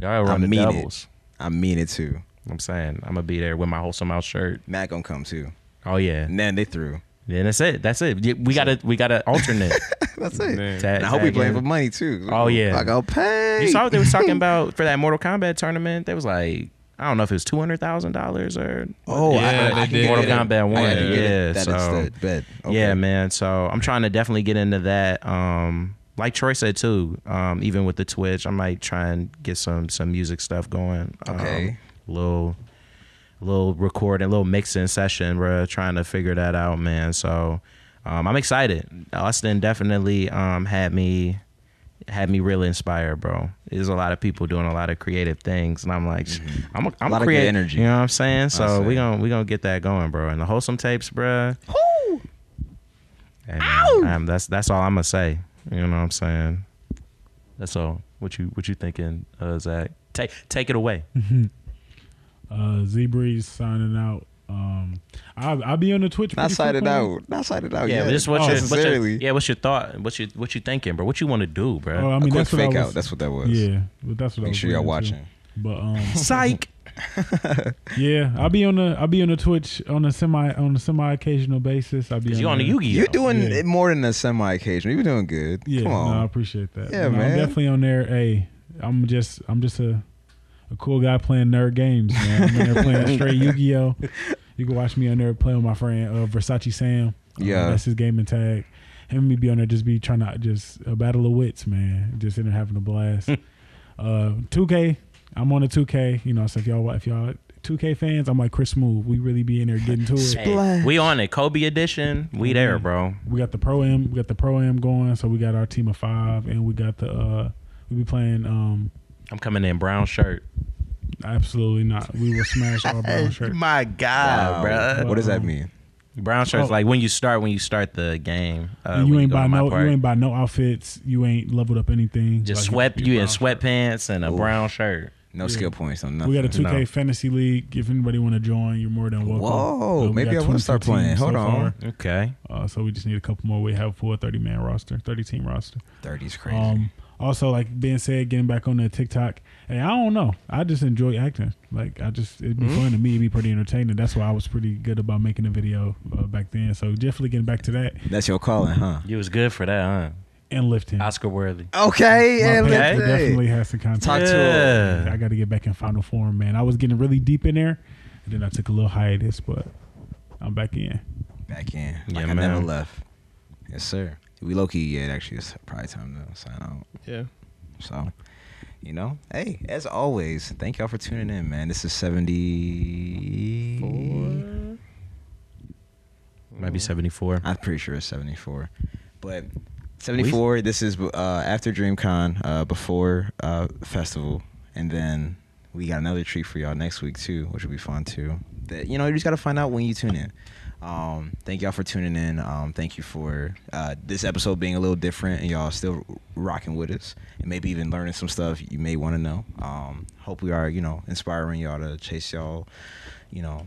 gotta
I
run the
mean it.
doubles.
I mean it too.
I'm saying I'm gonna be there with my wholesome out shirt.
Mac gonna come too.
Oh yeah,
And then they threw. [LAUGHS]
then that's it. That's it. Yeah, We gotta we gotta alternate.
That's it.
Man.
Tag-
And I hope we
tag
playing
in.
for money too.
Oh, yeah.
I got paid.
You saw what they was talking about for that
[LAUGHS]
Mortal Kombat tournament? They was like, I don't know if it was two hundred thousand dollars or
Oh,
Yeah,
I, I,
they
I can
did.
get
Mortal
it.
Kombat
I
one.
can get it.
Yeah,
that
so-
it's the bed. Okay.
Yeah, man. So I'm trying to definitely get into that. Um, like Troy said too. Um, even with the Twitch, I might try and get some some music stuff going. Um,
Okay.
little little recording, little mixing session. We're trying to figure that out, man. So um, I'm excited. Austin definitely um, had me had me really inspired, bro. There's a lot of people doing a lot of creative things, and I'm like, I'm a, I'm
Mm-hmm. lot of good
creative.
energy.
You know what I'm saying? So
see.
we gonna we gonna get that going, bro. And the wholesome tapes, bro. And, um, that's that's all I'm gonna say. You know what I'm saying? That's all. What you what you thinking, uh, Zach? Take take it away.
Uh, Z Breeze signing out. Um, I'll, I'll be on the Twitch.
Not
pretty
[LAUGHS]
quick,
sided
man.
out. Not sided out.
Oh, Yeah,
yet.
just what's your, what's your
Necessarily.
yeah, what's your thought? What's your what you thinking, bro? What you want to do,
Oh,
bro?
I
A
mean,
quick
that's what I
fake
was,
out. That's what that was.
Yeah, but that's what I
Make
was
sure y'all
leading to.
watching.
But um,
Psych.
yeah, I'll be on the I'll be on the Twitch on a semi on a semi occasional basis. I'll be
You on the Yu Gi
You're
Oh?
doing
Yeah.
it more than a semi occasion. You're doing good.
Yeah,
Come
no, I
on.
appreciate that.
Yeah,
No,
man.
I'm definitely on there. Hey, I'm just I'm just a a cool guy playing nerd games, man. I'm in there playing
[LAUGHS]
straight Yu-Gi-Oh. You can watch me on there playing with my friend uh, Versace Sam. Um,
Yeah.
that's his gaming tag. Him and me be on there just be trying to just a battle of wits, man. Just in there having a
[LAUGHS]
blast. uh, 2K, I'm on the 2K. You know, so if y'all if y'all 2K fans, I'm like Chris Smooth. We really be in there getting to it.
[LAUGHS] Hey, we on it, Kobe edition.
Mm-hmm.
We there, bro.
We got the pro am, we got the pro am going, so we got our team of five, and we got the uh we be playing. um
I'm coming in brown shirt.
Absolutely not. We will smash our
[LAUGHS]
brown shirt.
Uh, My God,
Wow.
bro.
What does that mean?
Brown shirt's
Oh.
like when you start when you start the game. Uh,
you
when
ain't
go to
buy
my
no,
park.
you ain't buy no outfits. You ain't leveled up anything.
just
Like,
sweat you in
brown shirt.
sweatpants and a brown shirt.
No skill points on nothing.
We got a 2K
No.
fantasy league. If anybody want to join, you're more than welcome. Uh,
Whoa,
we
maybe
got
I wanna start
22 teams
playing. Hold on.
Okay.
far. Uh, so we just need a couple more. We have a full 30 man roster, 30 team roster.
30's crazy.
Um, also, like Ben said, getting back on the TikTok. Hey, I don't know. I just enjoy acting. Like I just it'd
Mm-hmm.
be fun to me. It'd be pretty entertaining. That's why I was pretty good about making a video uh, back then. So definitely getting back to that
That's your calling, huh?
You was good for that,
and lifting.
huh? Oscar worthy.
Okay,
My
and
page
let's
let's
say-
definitely has some content.
Talk to
yeah.
I got to get back in final form, man. I was getting really deep in there, and then I took a little hiatus, but I'm back in.
back in.
Yeah,
Like I
man.
never left. Yes, sir. We low key yet. Actually, it's probably time to sign out.
Yeah.
So, you know, hey, as always, thank y'all for tuning in, man. This is 70.
Might be 74.
I'm pretty sure it's 74. But 74, this is uh, after DreamCon, uh, before uh, Festival. And then we got another treat for y'all next week, too, which will be fun, too. That, you know, you just got to find out when you tune in. Um, thank y'all for tuning in. Um, thank you for uh, this episode being a little different and y'all still rocking with us and maybe even learning some stuff you may want to know. Um, hope we are, you know, inspiring y'all to chase y'all, you know,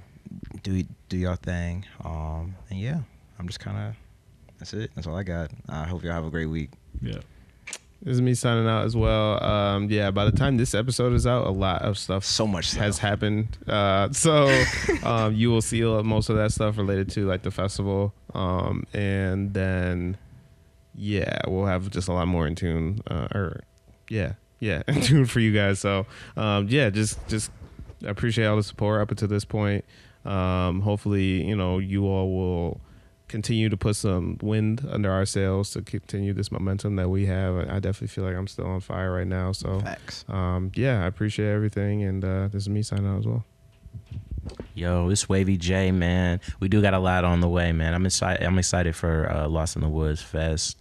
do do y'all thing. Um, and yeah, I'm just kind of that's it. That's all I got. I hope y'all have a great week.
Yeah.
This is me signing out as well. Um, yeah, by the time this episode is out, a lot of stuff
So much stuff.
has happened. Uh, [LAUGHS] so um, you will see uh, most of that stuff related to like the festival, um, and then yeah, we'll have just a lot more in tune. Uh, or yeah, yeah, [LAUGHS] in tune for you guys. So um, yeah, just just appreciate all the support up until this point. Um, hopefully, you know you all will continue to put some wind under our sails to continue this momentum that we have. I I definitely feel like I'm still on fire right now. So
Facts.
um, yeah, I appreciate everything, and uh, this is me signing out as well.
Yo, it's Wavy J, man. We do got a lot on the way, man. I'm excited. I'm excited for uh, Lost in the Woods Fest.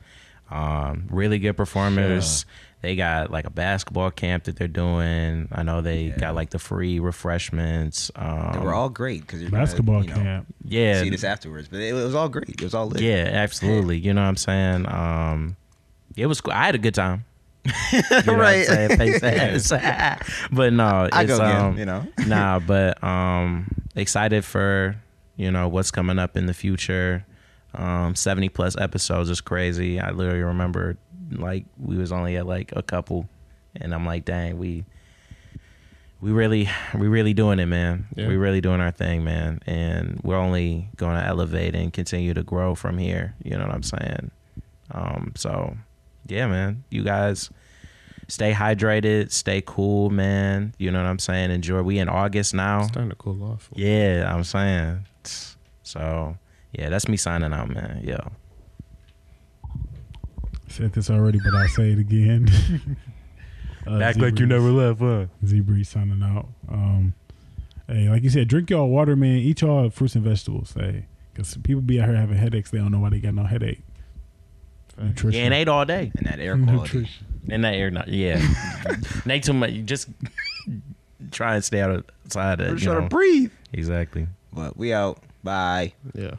Um, really good performers. They got like a basketball camp that they're doing. I know they got like the free refreshments. Um,
They were all great because you're
Basketball
gonna, you know,
camp.
yeah,
See this afterwards, but it was all great. It was all lit.
yeah, absolutely. You know what I'm saying? Um, it was. cool. I had a good
[LAUGHS]
time. You know what I'm
Right.
saying? Face
[LAUGHS]
ass. [LAUGHS] but no,
I
it's,
go again.
um,
you know.
[LAUGHS] nah, but um, excited for you know what's coming up in the future. Um, seventy plus episodes is crazy. I literally remember like we was only at like a couple, and I'm like, dang, we we really we really doing it, man.
Yeah.
We really doing our thing, man, and we're only going to elevate and continue to grow from here. You know what I'm saying? Um, so yeah, man, you guys stay hydrated, stay cool, man. You know what I'm saying? Enjoy. We in August now.
starting to cool off.
Yeah, I'm saying. So yeah, that's me signing out, man. Yo.
Said this already, but I'll say
[LAUGHS]
it again. uh, Z Breeze-
left, huh?
Z Breeze signing out. Um, hey, like you said, drink y'all water, man. Eat y'all fruits and vegetables. Hey, because people be out here having headaches. They don't know why they got no headache.
Yeah, and
Nutrition.
ate all day.
and that air quality.
Nutrition.
And that air not [LAUGHS] yeah. Nate too much you just try and stay out outside of
We're
you
trying
know.
to breathe.
Exactly.
But we out. Bye.
Yeah.